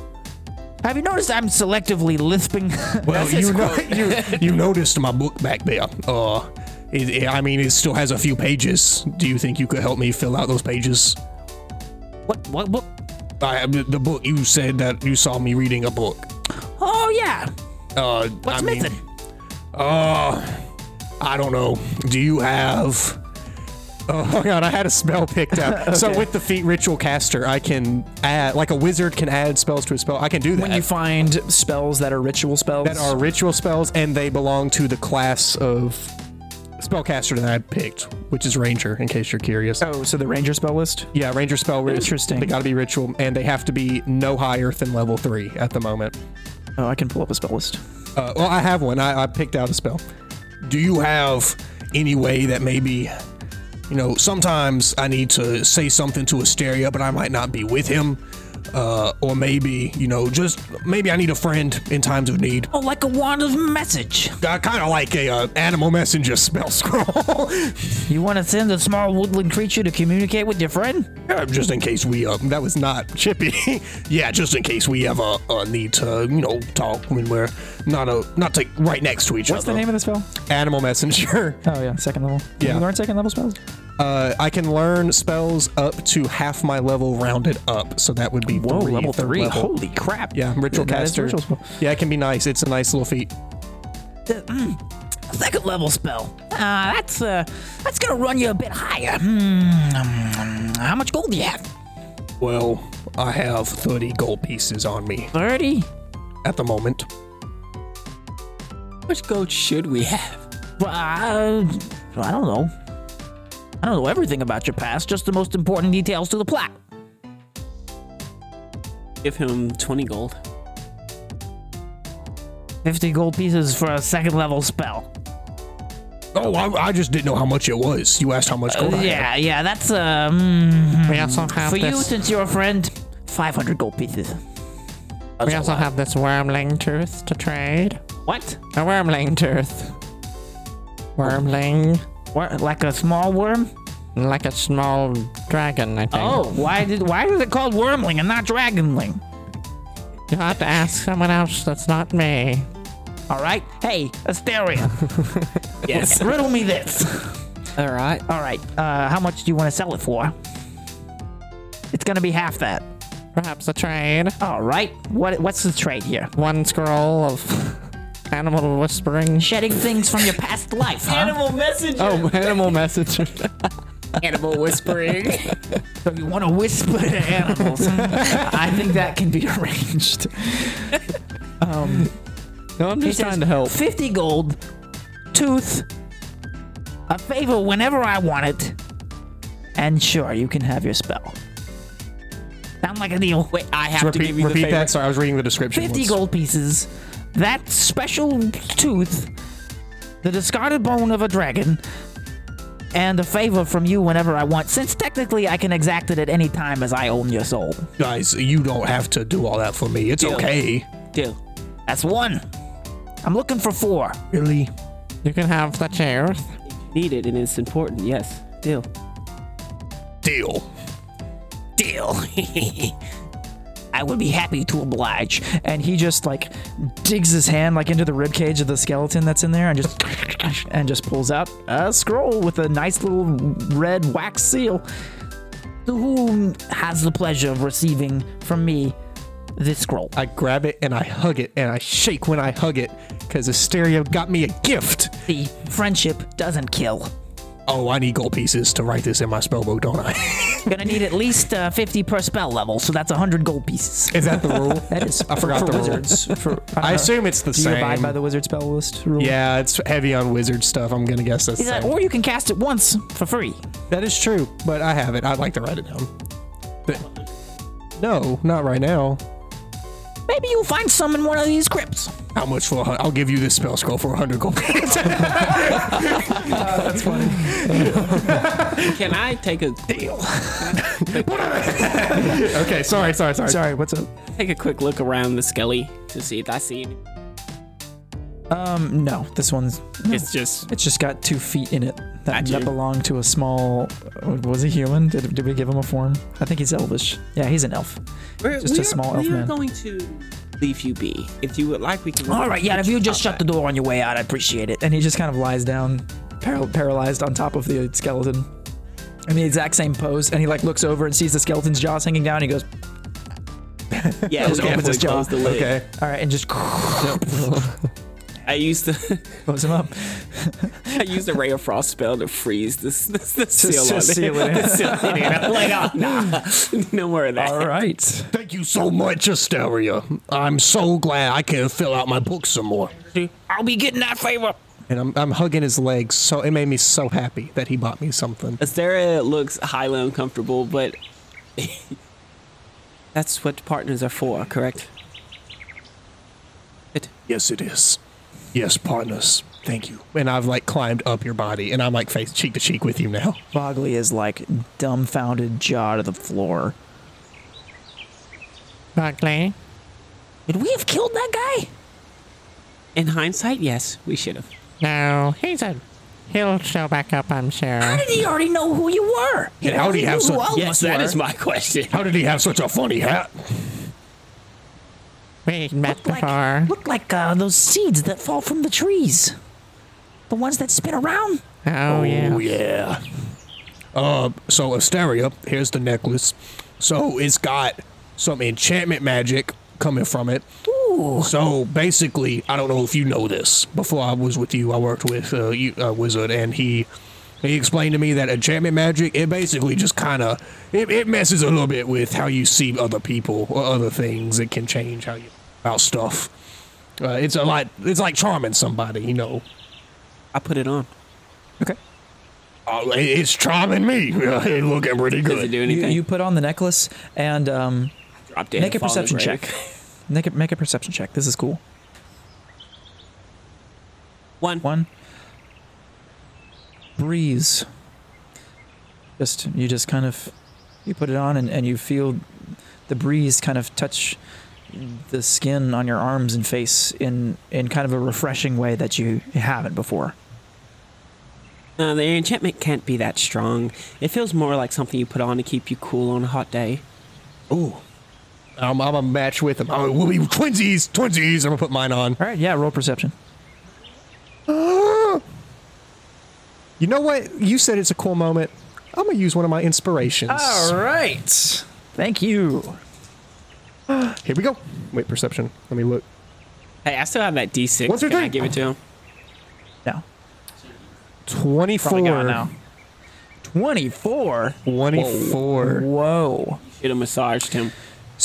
[SPEAKER 6] Have you noticed I'm selectively lisping?
[SPEAKER 2] well,
[SPEAKER 6] That's his
[SPEAKER 2] you, know,
[SPEAKER 6] quote.
[SPEAKER 2] you you noticed my book back there. Uh, it, it- I mean, it still has a few pages. Do you think you could help me fill out those pages?
[SPEAKER 6] What? What? What?
[SPEAKER 2] I, the the book you said that you saw me reading a book.
[SPEAKER 6] Oh yeah.
[SPEAKER 2] Uh,
[SPEAKER 6] What's
[SPEAKER 2] I mean,
[SPEAKER 6] missing?
[SPEAKER 2] Uh, I don't know. Do you have? Oh my god, I had a spell picked up. So with the feat ritual caster, I can add like a wizard can add spells to a spell. I can do that.
[SPEAKER 1] When you find spells that are ritual spells,
[SPEAKER 2] Uh, that are ritual spells, and they belong to the class of spellcaster that I picked, which is ranger. In case you're curious.
[SPEAKER 1] oh, so the ranger spell list.
[SPEAKER 2] Yeah, ranger spell. ri-
[SPEAKER 1] Interesting.
[SPEAKER 2] They got to be ritual, and they have to be no higher than level three at the moment.
[SPEAKER 1] Oh, I can pull up a spell list.
[SPEAKER 2] Uh, well, I have one. I, I picked out a spell. Do you have any way that maybe, you know, sometimes I need to say something to Asteria, but I might not be with him, uh, or maybe you know, just maybe I need a friend in times of need.
[SPEAKER 6] Oh, like a wand of message.
[SPEAKER 2] I kind of like a uh, animal messenger spell scroll,
[SPEAKER 6] You want to send a small woodland creature to communicate with your friend?
[SPEAKER 2] Yeah, just in case we. Uh, that was not chippy. yeah, just in case we have a, a need to, you know, talk when we're not a not like right next to each
[SPEAKER 1] What's
[SPEAKER 2] other.
[SPEAKER 1] the name of the spell?
[SPEAKER 2] Animal messenger.
[SPEAKER 1] Oh yeah, second level. Can
[SPEAKER 2] Yeah.
[SPEAKER 1] you learn second level spells?
[SPEAKER 2] Uh, I can learn spells up to half my level rounded up, so that would be three, third level.
[SPEAKER 1] Holy crap!
[SPEAKER 2] Yeah, ritual
[SPEAKER 1] That is
[SPEAKER 2] caster.
[SPEAKER 1] ritual spell.
[SPEAKER 2] yeah, it can be nice. It's a nice little feat.
[SPEAKER 6] The, mm, second level spell. Ah, that's uh, that's gonna run you a bit higher. Hmm. How much gold do you have?
[SPEAKER 2] Well, I have 30 gold pieces on me
[SPEAKER 6] Thirty.
[SPEAKER 2] at the moment.
[SPEAKER 3] Which goat should we have?
[SPEAKER 6] Well, uh, I don't know. I don't know everything about your past, just the most important details to the plot.
[SPEAKER 3] Give him 20 gold.
[SPEAKER 6] 50 gold pieces for a second level spell.
[SPEAKER 2] Oh, I, I just didn't know how much it was. You asked how much gold I had.
[SPEAKER 6] Oh, yeah, yeah, that's, uh, mm,
[SPEAKER 5] We also have
[SPEAKER 6] for you,
[SPEAKER 5] this.
[SPEAKER 6] since you're a friend, 500 gold pieces.
[SPEAKER 5] we also have this wormling tooth to trade.
[SPEAKER 6] What?
[SPEAKER 5] A wormling tooth. Wormling,
[SPEAKER 6] What, like a small worm?
[SPEAKER 5] like a small dragon, I think.
[SPEAKER 6] Oh, why did why is it called wormling and not dragonling?
[SPEAKER 5] You have to ask someone else. That's not me.
[SPEAKER 6] All right. Hey, Asteria,
[SPEAKER 3] Yes.
[SPEAKER 6] riddle me this.
[SPEAKER 3] All right.
[SPEAKER 6] All right. Uh, how much do you want to sell it for? It's gonna be half that.
[SPEAKER 5] Perhaps a trade.
[SPEAKER 6] All right. What what's the trade here?
[SPEAKER 5] One scroll of animal whispering.
[SPEAKER 6] Shedding things from your past life, huh?
[SPEAKER 3] message.
[SPEAKER 5] Oh, animal message.
[SPEAKER 3] Animal whispering.
[SPEAKER 6] So you want to whisper to animals? I think that can be arranged.
[SPEAKER 5] No, I'm
[SPEAKER 6] He
[SPEAKER 5] just
[SPEAKER 6] says,
[SPEAKER 5] trying to help.
[SPEAKER 6] 50 gold, tooth, a favor whenever I want it, and sure, you can have your spell. Sound like a deal.
[SPEAKER 3] Wait, I have to give
[SPEAKER 2] Repeat,
[SPEAKER 3] you
[SPEAKER 2] repeat
[SPEAKER 3] the
[SPEAKER 2] that.
[SPEAKER 3] favor.
[SPEAKER 2] Sorry, I was reading the description.
[SPEAKER 6] 50
[SPEAKER 2] once.
[SPEAKER 6] gold pieces, that special tooth, the discarded bone of a dragon,
[SPEAKER 4] and a favor from you whenever I want, since technically I can exact it at any time as I own your soul.
[SPEAKER 2] Guys, you don't have to do all that for me. It's
[SPEAKER 3] Yeah.
[SPEAKER 2] okay.
[SPEAKER 3] Deal.
[SPEAKER 4] That's one. I'm looking for four.
[SPEAKER 2] Really?
[SPEAKER 5] You can have the chair.
[SPEAKER 3] Needed and it's important. Yes. Deal.
[SPEAKER 2] Deal.
[SPEAKER 4] Deal. I would be happy to oblige.
[SPEAKER 6] and he just like digs his hand like into the rib cage of the skeleton that's in there and just and just pulls out a scroll with a nice little red wax seal
[SPEAKER 4] To whom has the pleasure of receiving from me this scroll?
[SPEAKER 2] I grab it and I hug it and I shake when I hug it because Asteria got me a gift.
[SPEAKER 4] See, friendship doesn't kill.
[SPEAKER 2] Oh, I need gold pieces to write this in my spellbook, don't I?
[SPEAKER 4] Gonna need at least uh, 50 per spell level, so that's 100 gold pieces.
[SPEAKER 2] Is that the rule?
[SPEAKER 6] that is
[SPEAKER 2] I forgot
[SPEAKER 6] for
[SPEAKER 2] the rule.
[SPEAKER 6] wizards for
[SPEAKER 2] I
[SPEAKER 6] know.
[SPEAKER 2] assume it's the
[SPEAKER 6] do you
[SPEAKER 2] same.
[SPEAKER 6] abide by the wizard spell list rule
[SPEAKER 2] yeah, it's heavy on wizard stuff. I'm gonna guess that's
[SPEAKER 4] Is
[SPEAKER 2] the
[SPEAKER 4] that-
[SPEAKER 2] same.
[SPEAKER 4] or you can cast it once for free.
[SPEAKER 2] That is true, but I have it. I'd like to write it down. But no, not right now.
[SPEAKER 4] Maybe you'll find some in one of these crypts.
[SPEAKER 2] How much for? a hun- I'll give you this spell scroll for 100 gold.
[SPEAKER 3] Can I take a deal?
[SPEAKER 2] okay, sorry, sorry, sorry.
[SPEAKER 6] sorry what's up
[SPEAKER 3] Take a quick look around the skelly to see if I see any.
[SPEAKER 6] um no this one's no.
[SPEAKER 3] It's just
[SPEAKER 6] It's just got two feet in it that,
[SPEAKER 3] Got
[SPEAKER 6] that
[SPEAKER 3] you.
[SPEAKER 6] belong to a small. uh, Was he human? Did, did we give him a form? I think he's elvish. Yeah, he's an elf.
[SPEAKER 3] we're,
[SPEAKER 6] Just a small elf
[SPEAKER 3] we are
[SPEAKER 6] man.
[SPEAKER 3] going to leave you be. If you would like, we can.
[SPEAKER 4] All right, yeah, if you just shut the door on your way out, I'd appreciate it.
[SPEAKER 6] And he just kind of lies down, paral- paralyzed on top of the skeleton, in the exact same pose. And he like looks over and sees the skeleton's jaws hanging down. And he goes,
[SPEAKER 3] Yeah, just
[SPEAKER 6] opens his jaw.
[SPEAKER 3] The lid.
[SPEAKER 2] Okay.
[SPEAKER 6] all right, and just
[SPEAKER 3] I used the
[SPEAKER 6] close him up.
[SPEAKER 3] I used the ray of frost spell to freeze this this, this seal
[SPEAKER 6] just
[SPEAKER 3] on
[SPEAKER 6] seal it in.
[SPEAKER 3] it. The seal in it. I'm like, oh, nah, no more of that.
[SPEAKER 6] All right.
[SPEAKER 2] Thank you so much, Asteria. I'm so glad I can fill out my book some more.
[SPEAKER 4] I'll be getting that favor.
[SPEAKER 2] And I'm, I'm hugging his legs, so it made me so happy that he bought me something.
[SPEAKER 3] Astera looks highly uncomfortable, but that's what partners are for, correct?
[SPEAKER 2] Yes, it is. Yes, partners. Thank you. And I've like climbed up your body, and I'm like face cheek to cheek with you now.
[SPEAKER 6] Bogley is like dumbfounded, jaw to the floor.
[SPEAKER 5] Buckley.
[SPEAKER 4] Would we have killed that guy?
[SPEAKER 3] In hindsight, yes, we should have.
[SPEAKER 5] No, he's a. He'll show back up, I'm
[SPEAKER 4] How
[SPEAKER 5] sure.
[SPEAKER 4] did he already know who you were?
[SPEAKER 2] And how did he have
[SPEAKER 4] knew who
[SPEAKER 2] so-
[SPEAKER 4] all of
[SPEAKER 3] Yes,
[SPEAKER 4] us
[SPEAKER 3] that
[SPEAKER 4] were.
[SPEAKER 3] is my question.
[SPEAKER 2] How did he have such a funny hat?
[SPEAKER 5] We met
[SPEAKER 4] Looked like-
[SPEAKER 5] before.
[SPEAKER 4] Looked like uh, those seeds that fall from the trees. The ones that spin around.
[SPEAKER 5] Oh, yeah.
[SPEAKER 2] Oh yeah. Uh, so Asteria, here's the necklace. So it's got some enchantment magic coming from it. Ooh. So basically, I don't know if you know this. Before I was with you, I worked with uh, you, a wizard, and he he explained to me that enchantment magic it basically just kind of it, it messes a little bit with how you see other people or other things. It can change how you about stuff. Uh, it's a lot. It's like charming somebody, you know.
[SPEAKER 3] I put it on.
[SPEAKER 2] Uh, it- it's charming me. It's looking pretty
[SPEAKER 3] Does it
[SPEAKER 2] good.
[SPEAKER 3] do
[SPEAKER 6] You,
[SPEAKER 3] anything?
[SPEAKER 6] you put on the necklace and um,
[SPEAKER 3] Drop dead.
[SPEAKER 6] make a
[SPEAKER 3] fall in the
[SPEAKER 6] perception
[SPEAKER 3] grave.
[SPEAKER 6] check. Make a, make a perception check. This is cool.
[SPEAKER 3] One.
[SPEAKER 6] One. Breeze. Just you just kind of you put it on and, and you feel the breeze kind of touch the skin on your arms and face in in kind of a refreshing way that you haven't before.
[SPEAKER 3] No, uh, the enchantment can't be that strong. It feels more like something you put on to keep you cool on a hot day.
[SPEAKER 2] Ooh. I'm, I'm a match with him. Oh, we'll be twinsies, twinsies. I'm gonna put mine on.
[SPEAKER 6] All right, yeah, roll perception.
[SPEAKER 2] You know what? You said it's a cool moment. I'm gonna use one of my inspirations.
[SPEAKER 6] right. Thank you.
[SPEAKER 2] Here we go. Wait, perception. Let me look.
[SPEAKER 3] Hey, I still have that D6.
[SPEAKER 2] One, two,
[SPEAKER 3] Can I
[SPEAKER 2] three.
[SPEAKER 3] give it to him?
[SPEAKER 6] No. Probably got it now.
[SPEAKER 2] 24.
[SPEAKER 6] 24.
[SPEAKER 2] 24.
[SPEAKER 6] Whoa.
[SPEAKER 3] Should have massaged him.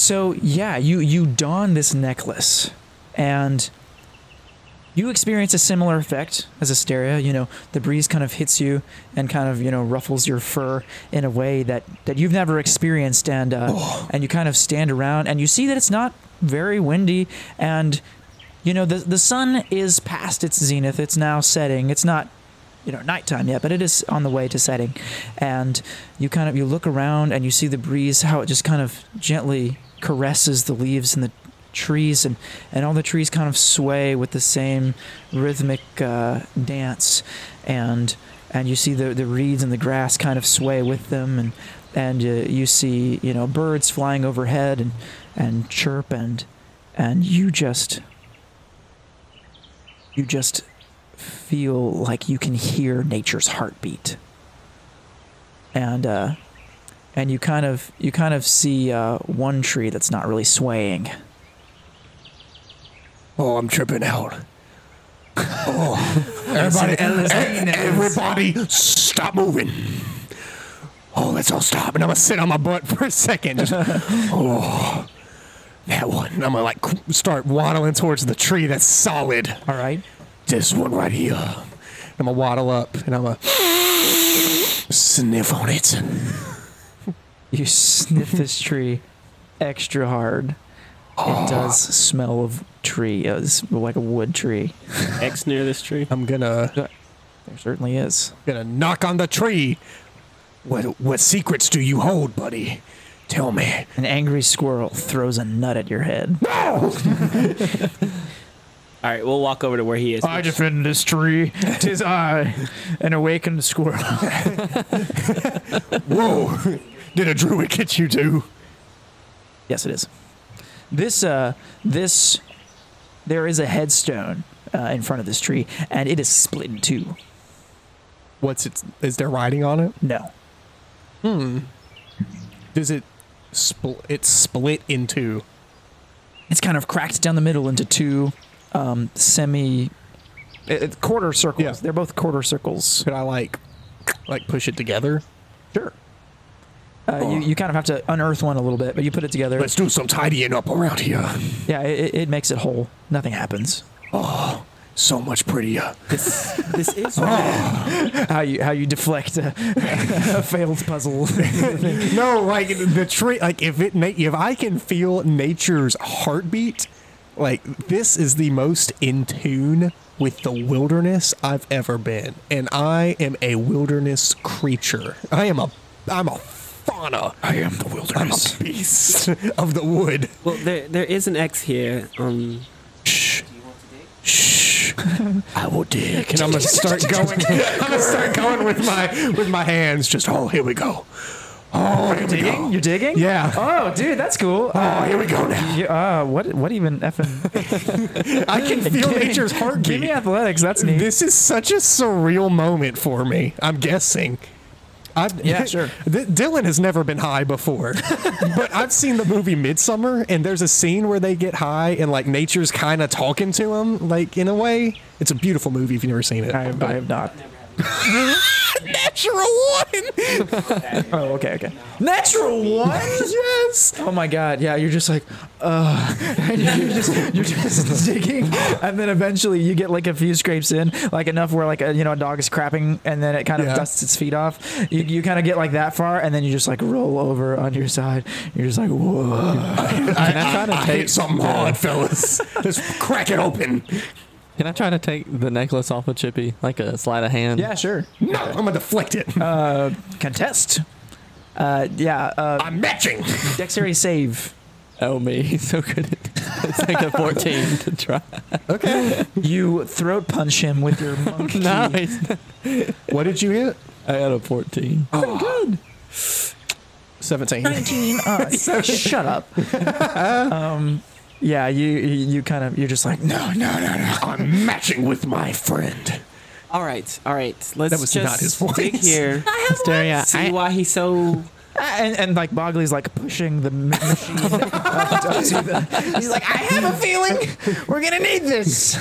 [SPEAKER 6] So yeah, you you don this necklace, and you experience a similar effect as Asteria. You know, the breeze kind of hits you and kind of you know ruffles your fur in a way that that you've never experienced, and uh, and you kind of stand around and you see that it's not very windy, and you know the the sun is past its zenith. It's now setting. It's not you know nighttime yet, but it is on the way to setting. And you kind of you look around and you see the breeze, how it just kind of gently caresses the leaves and the trees, and and all the trees kind of sway with the same rhythmic uh, dance, and and you see the the reeds and the grass kind of sway with them, and and uh, you see you know birds flying overhead and and chirp and and you just you just feel like you can hear nature's heartbeat and uh and you kind of you kind of see uh one tree that's not really swaying
[SPEAKER 2] Oh, I'm tripping out. Oh, everybody, e- everybody, stop moving. Oh, let's all stop. And I'm gonna sit on my butt for a second. Just, oh, that one. And I'm gonna like qu- start waddling towards the tree that's solid.
[SPEAKER 6] all right
[SPEAKER 2] This one right here. I'm gonna waddle up and I'm gonna sniff on it.
[SPEAKER 6] you sniff this tree extra hard
[SPEAKER 4] Oh.
[SPEAKER 6] it does smell of tree uh, it's like a wood tree
[SPEAKER 3] X near this tree.
[SPEAKER 2] I'm gonna
[SPEAKER 6] there certainly is
[SPEAKER 2] gonna knock on the tree. What what secrets do you hold, buddy? Tell me.
[SPEAKER 6] an angry squirrel throws a nut at your head
[SPEAKER 2] No.
[SPEAKER 3] All right, we'll walk over to where he
[SPEAKER 2] Oh,
[SPEAKER 3] is.
[SPEAKER 4] I defend this tree. Tis I, an awakened squirrel.
[SPEAKER 2] Whoa! Did a druid get you too?
[SPEAKER 6] Yes, it is. This, uh, this, there is a headstone uh, in front of this tree, and it is split in two.
[SPEAKER 2] What's it? Is there writing on it?
[SPEAKER 6] No,
[SPEAKER 2] Does it? Split. It's split in two.
[SPEAKER 6] it's kind of cracked down the middle into two um, semi uh, uh, quarter circles.
[SPEAKER 2] Yeah.
[SPEAKER 6] They're both quarter circles.
[SPEAKER 2] Could I like, like push it together?
[SPEAKER 6] Sure. Uh, you, you kind of have to unearth one a little bit, but you put it together.
[SPEAKER 2] Let's do some tidying up around here.
[SPEAKER 6] yeah, it, it- it makes it whole. Nothing happens.
[SPEAKER 2] So much prettier.
[SPEAKER 3] this, this is
[SPEAKER 6] How you how you deflect a, a failed puzzle?
[SPEAKER 2] no, like the tree. Like if it, na- if I can feel nature's heartbeat, like this is the most in tune with the wilderness I've ever been, and I am a wilderness creature. I am a, I'm a fauna. I am the wilderness. I'm a beast of the wood.
[SPEAKER 3] well. There, there is an X here. Um,
[SPEAKER 2] Shh. Shh. I will dig. And I'm gonna start going. I'm gonna start going with my with my hands. Just oh, here we go. Oh, here we go.
[SPEAKER 6] You're digging?
[SPEAKER 2] Yeah.
[SPEAKER 6] Oh, dude, that's cool.
[SPEAKER 2] Oh, here we go now.
[SPEAKER 6] Yeah, uh, what what even effing?
[SPEAKER 2] I can feel nature's heartbeat.
[SPEAKER 6] Give me athletics. That's neat.
[SPEAKER 2] This is such a surreal moment for me. I'm guessing. I've,
[SPEAKER 6] Yeah, sure.
[SPEAKER 2] Th- Dylan has never been high before, but I've seen the movie Midsummer, and there's a scene where they get high, and like nature's kind of talking to them, like in a way. It's a beautiful movie if you've never seen it.
[SPEAKER 6] I, I have not.
[SPEAKER 2] Natural one.
[SPEAKER 6] Oh, okay, okay. Natural one. yes. Oh my god. Yeah, you're just like, uh, and you're just you're just digging, and then eventually you get like a few scrapes in, like enough where like a, you know a dog is crapping, and then it kind of
[SPEAKER 2] Yeah.
[SPEAKER 6] dusts its feet off. You you kind of get like that far, and then you just like roll over on your side. You're just like, whoa.
[SPEAKER 2] I,
[SPEAKER 5] I try to take-
[SPEAKER 2] hit something hard, fellas. Just crack it open.
[SPEAKER 5] Can I try to take the necklace off of Chippy, like a sleight of hand?
[SPEAKER 6] Yeah, sure.
[SPEAKER 2] No, I'm gonna deflect it.
[SPEAKER 6] Contest. Uh, yeah. Uh,
[SPEAKER 2] I'm matching.
[SPEAKER 6] dexterity save.
[SPEAKER 5] Oh me, he's so good at. It's like a 14 to try.
[SPEAKER 6] You throat punch him with your monkey.
[SPEAKER 5] No, he's not.
[SPEAKER 2] What did you hit?
[SPEAKER 5] I got a 14.
[SPEAKER 2] Seventeen.
[SPEAKER 6] 19 uh, shut up um yeah you you you kind of you're just like no
[SPEAKER 2] No, no, no, no. I'm matching with my friend.
[SPEAKER 3] all right, all right. Let's
[SPEAKER 2] was
[SPEAKER 3] just
[SPEAKER 2] not his voice.
[SPEAKER 3] dig here.
[SPEAKER 5] Asteria,
[SPEAKER 3] See
[SPEAKER 5] I,
[SPEAKER 3] why he's so.
[SPEAKER 6] and and like bogley's like pushing the m- machine up to the, he's like i have a feeling we're gonna need this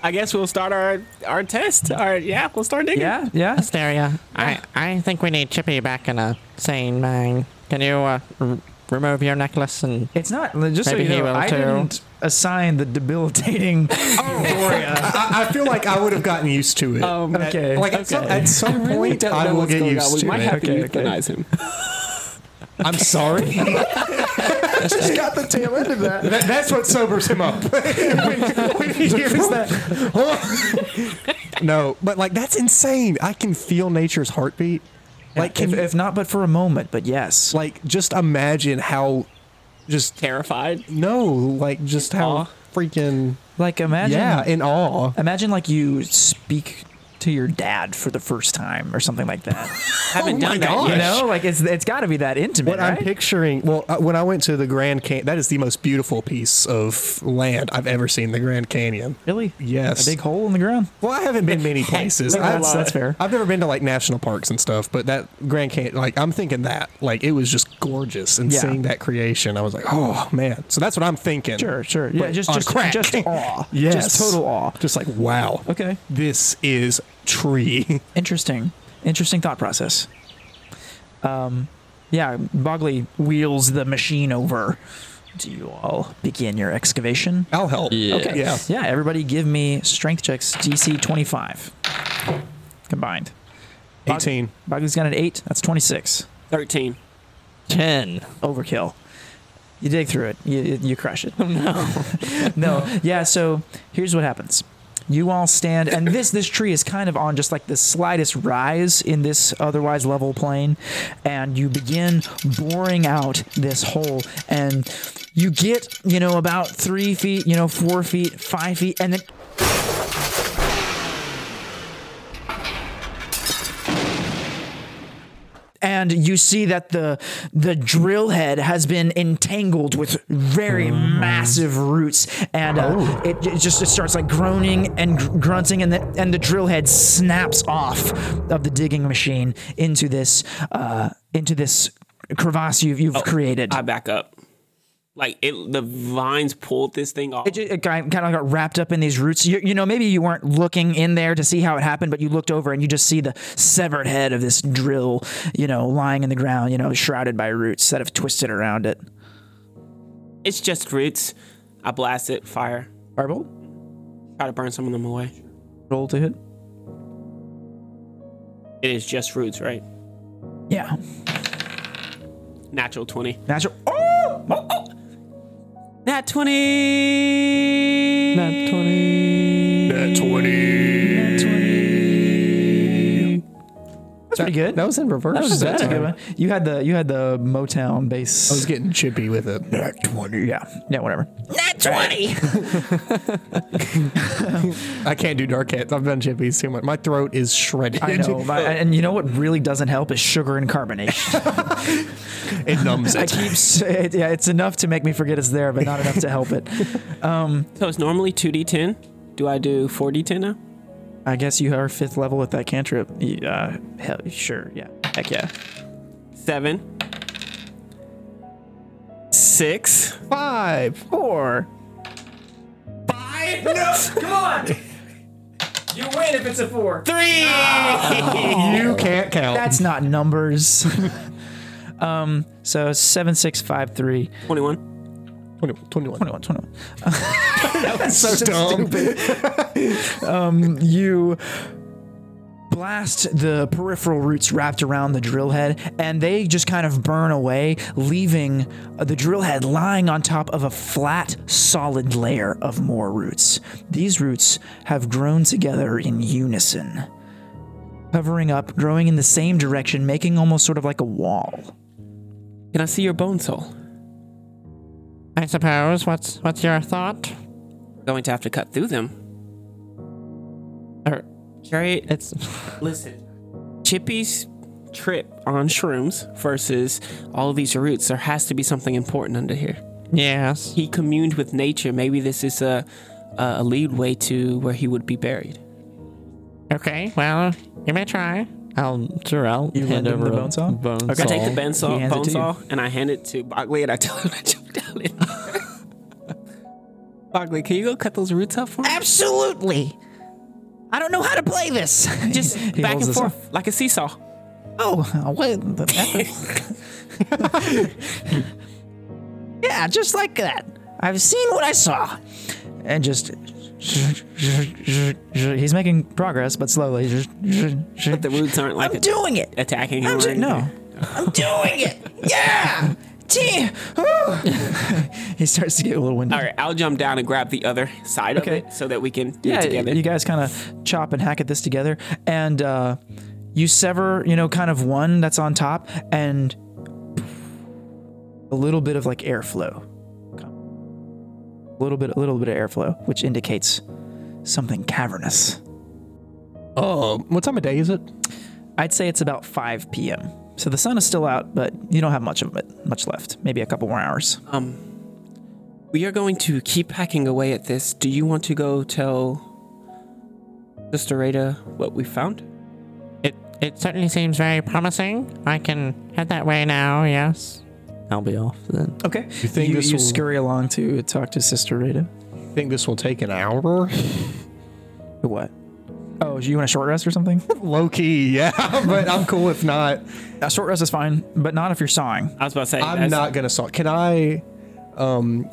[SPEAKER 3] I guess we'll start our our test. All right, yeah, we'll start digging.
[SPEAKER 6] yeah yeah
[SPEAKER 5] Asteria, I, I think we need Chippy back in a sane mind. Can you uh, r- remove your necklace and
[SPEAKER 6] it's not just
[SPEAKER 5] Maybe
[SPEAKER 6] so
[SPEAKER 5] he
[SPEAKER 6] you know
[SPEAKER 5] will
[SPEAKER 6] i
[SPEAKER 5] too.
[SPEAKER 6] didn't assign the debilitating Oh, euphoria
[SPEAKER 2] I, I feel like I would have gotten used to it.
[SPEAKER 3] Um,
[SPEAKER 2] At-
[SPEAKER 6] okay.
[SPEAKER 2] Like at some, at some
[SPEAKER 3] I really
[SPEAKER 2] point,
[SPEAKER 3] don't
[SPEAKER 2] I
[SPEAKER 3] know
[SPEAKER 2] will
[SPEAKER 3] what's
[SPEAKER 2] get
[SPEAKER 3] going
[SPEAKER 2] used
[SPEAKER 3] on. We
[SPEAKER 2] to
[SPEAKER 3] might
[SPEAKER 2] it.
[SPEAKER 3] have to
[SPEAKER 6] Okay, okay.
[SPEAKER 3] euthanize him.
[SPEAKER 2] I'm sorry. just got the tail end of that. That's what sobers him up. when, when he hears that. no, but like that's insane. I can feel nature's heartbeat. Like, can
[SPEAKER 6] if, if not but for a moment, but yes.
[SPEAKER 2] like just imagine how, just
[SPEAKER 3] Terrified.
[SPEAKER 2] no, like just how
[SPEAKER 3] Aw.
[SPEAKER 2] freaking
[SPEAKER 6] Like imagine
[SPEAKER 2] yeah, in awe.
[SPEAKER 6] imagine like you speak to your dad for the first time or something like that.
[SPEAKER 3] Haven't
[SPEAKER 2] my
[SPEAKER 3] done that
[SPEAKER 2] gosh.
[SPEAKER 6] you
[SPEAKER 3] yet.
[SPEAKER 6] know, like it's it's got to be that intimate,
[SPEAKER 2] What I'm
[SPEAKER 6] right?
[SPEAKER 2] picturing, well, uh, when I went to the Grand Canyon, that is the most beautiful piece of land I've ever seen. The Grand Canyon.
[SPEAKER 6] really?
[SPEAKER 2] Yes.
[SPEAKER 6] A big hole in the ground.
[SPEAKER 2] Well, I haven't been many places.
[SPEAKER 6] That's-
[SPEAKER 2] I've-
[SPEAKER 6] that's fair.
[SPEAKER 2] I've never been to like national parks and stuff, but that Grand Canyon, like I'm thinking that, like it was just gorgeous, and
[SPEAKER 6] Yeah.
[SPEAKER 2] seeing that creation, I was like, oh man. So that's what I'm thinking.
[SPEAKER 6] Sure, sure. Yeah,
[SPEAKER 2] But
[SPEAKER 6] just
[SPEAKER 2] on
[SPEAKER 6] just
[SPEAKER 2] crack.
[SPEAKER 6] just awe.
[SPEAKER 2] Yes.
[SPEAKER 6] Just total awe.
[SPEAKER 2] Just like wow.
[SPEAKER 6] Okay.
[SPEAKER 2] This is tree.
[SPEAKER 6] Interesting. Interesting thought process. Um yeah, Bogley wheels the machine over. Do you all begin your excavation?
[SPEAKER 2] I'll help.
[SPEAKER 8] Yeah.
[SPEAKER 6] Okay.
[SPEAKER 2] Yeah.
[SPEAKER 6] Yeah, everybody give me strength checks DC 25 combined.
[SPEAKER 2] Eighteen.
[SPEAKER 6] Bogley's got an 8, that's 26.
[SPEAKER 3] 13.
[SPEAKER 5] 10.
[SPEAKER 6] overkill. You dig through it. You, you- you crush it. no. no. Yeah. So here's what happens. You all stand, and this this tree is kind of on just like the slightest rise in this otherwise level plane, and you begin boring out this hole, and you get you know about three feet, you know four feet, five feet, and then and you see that the the drill head has been entangled with very massive roots, and uh, it, it just it starts like groaning and gr- grunting, and the and the drill head snaps off of the digging machine into this uh, into this crevasse you've, you've created.
[SPEAKER 3] I back up. Like it, the vines pulled this thing off.
[SPEAKER 6] it, ju- it kind of got wrapped up in these roots. You, you know, maybe you weren't looking in there to see how it happened, but you looked over and you just see the severed head of this drill, you know, lying in the ground, you know, shrouded by roots that have twisted around it.
[SPEAKER 3] it's just roots. I blast it, fire,
[SPEAKER 6] Firebolt,
[SPEAKER 3] try to burn some of them away.
[SPEAKER 6] roll to hit.
[SPEAKER 3] It is just roots, right?
[SPEAKER 6] Yeah,
[SPEAKER 3] Natural 20.
[SPEAKER 6] natural. Oh, oh, oh.
[SPEAKER 3] Nat 20! Nat 20.
[SPEAKER 2] At twenty.
[SPEAKER 6] that's pretty good.
[SPEAKER 2] That was in reverse.
[SPEAKER 6] That was
[SPEAKER 2] that
[SPEAKER 6] that's a
[SPEAKER 2] time.
[SPEAKER 6] good one. You had the you had the Motown
[SPEAKER 2] I was
[SPEAKER 6] bass.
[SPEAKER 2] getting chippy with it.
[SPEAKER 6] Yeah, yeah, whatever.
[SPEAKER 4] Not 20.
[SPEAKER 2] I can't do dark hats. I've done chippies too much. My throat is shredded.
[SPEAKER 6] I know, but, and you know what really doesn't help is sugar and carbonation.
[SPEAKER 2] it numbs
[SPEAKER 6] I
[SPEAKER 2] it.
[SPEAKER 6] keep s- it, yeah, it's enough to make me forget it's there, but not enough to help it.
[SPEAKER 3] So it's normally 2d10. Do I do 4d10 now?
[SPEAKER 6] I guess you are fifth level with that cantrip. Y- Uh, hell, sure, yeah, heck yeah.
[SPEAKER 3] Seven. Six.
[SPEAKER 2] Five, four.
[SPEAKER 3] Three!
[SPEAKER 2] You can't count.
[SPEAKER 6] That's not numbers. um, so seven, six, five, three,
[SPEAKER 3] 21.
[SPEAKER 2] 20, 21.
[SPEAKER 6] 21, 21.
[SPEAKER 2] so dumb.
[SPEAKER 6] you blast the peripheral roots wrapped around the drill head and they just kind of burn away leaving uh, the drill head lying on top of a flat solid layer of more roots these roots have grown together in unison covering up growing in the same direction making almost sort of like a wall
[SPEAKER 3] Can I see your bone soul?
[SPEAKER 5] I suppose. What's what's your thought?
[SPEAKER 3] Going to have to cut through them.
[SPEAKER 5] Or
[SPEAKER 3] Carry it
[SPEAKER 5] it's
[SPEAKER 3] Listen, Chippy's trip on shrooms versus all of these roots. There has to be something important under here.
[SPEAKER 5] yes.
[SPEAKER 3] He communed with nature. Maybe this is a a leadway to where he would be buried.
[SPEAKER 5] Okay. Well, you may try. I'll sure I'll
[SPEAKER 6] You
[SPEAKER 5] hand
[SPEAKER 6] lend him
[SPEAKER 5] over
[SPEAKER 6] the
[SPEAKER 5] a
[SPEAKER 6] bone saw?
[SPEAKER 5] Bone
[SPEAKER 6] Okay.
[SPEAKER 3] I
[SPEAKER 5] saw.
[SPEAKER 3] take the bone saw,
[SPEAKER 6] He hands it
[SPEAKER 3] bone
[SPEAKER 6] to you.
[SPEAKER 3] saw and I hand it to Bogley and I tell him to jump down in. Bogley, can you go cut those roots up for me?
[SPEAKER 4] Absolutely. I don't know how to play this.
[SPEAKER 3] Just back
[SPEAKER 6] holds
[SPEAKER 3] and
[SPEAKER 6] this up.
[SPEAKER 3] forth like a seesaw.
[SPEAKER 4] Oh, uh, what? the- yeah, just like that. I've seen what I saw.
[SPEAKER 6] and just he's making progress but slowly
[SPEAKER 3] The roots aren't like
[SPEAKER 4] I'm doing it.
[SPEAKER 3] attacking him.
[SPEAKER 4] I'm
[SPEAKER 3] or
[SPEAKER 4] ju-
[SPEAKER 3] anything.
[SPEAKER 6] no
[SPEAKER 4] I'm doing it. Yeah. T-
[SPEAKER 6] He starts to get a little winded.
[SPEAKER 3] All right, I'll jump down and grab the other side
[SPEAKER 6] Okay.
[SPEAKER 3] of it so that we can do
[SPEAKER 6] yeah,
[SPEAKER 3] it together.
[SPEAKER 6] you guys kind of chop and hack at this together, and uh, you sever, you know, kind of one that's on top, and a little bit of like airflow, a little bit, a little bit of airflow, which indicates something cavernous.
[SPEAKER 2] Oh, what time of day is it?
[SPEAKER 6] I'd say it's about 5 p.m. So the sun is still out, but you don't have much of it, much left. Maybe a couple more hours.
[SPEAKER 3] Um, we are going to keep hacking away at this. Do you want to go tell Sister Rada what we found?
[SPEAKER 5] It it certainly seems very promising. I can head that way now. Yes. I'll be off then.
[SPEAKER 6] Okay. You
[SPEAKER 2] think
[SPEAKER 6] you,
[SPEAKER 2] this will-
[SPEAKER 6] scurry along to talk to Sister Rita?
[SPEAKER 2] Think this will take an hour?
[SPEAKER 6] What? Oh, you want a short rest or something?
[SPEAKER 2] Low key, yeah, but I'm cool if not.
[SPEAKER 6] a short rest is fine, but not if you're sawing.
[SPEAKER 3] I was about to say.
[SPEAKER 2] I'm
[SPEAKER 3] that's-
[SPEAKER 2] not gonna salt. Can I, um,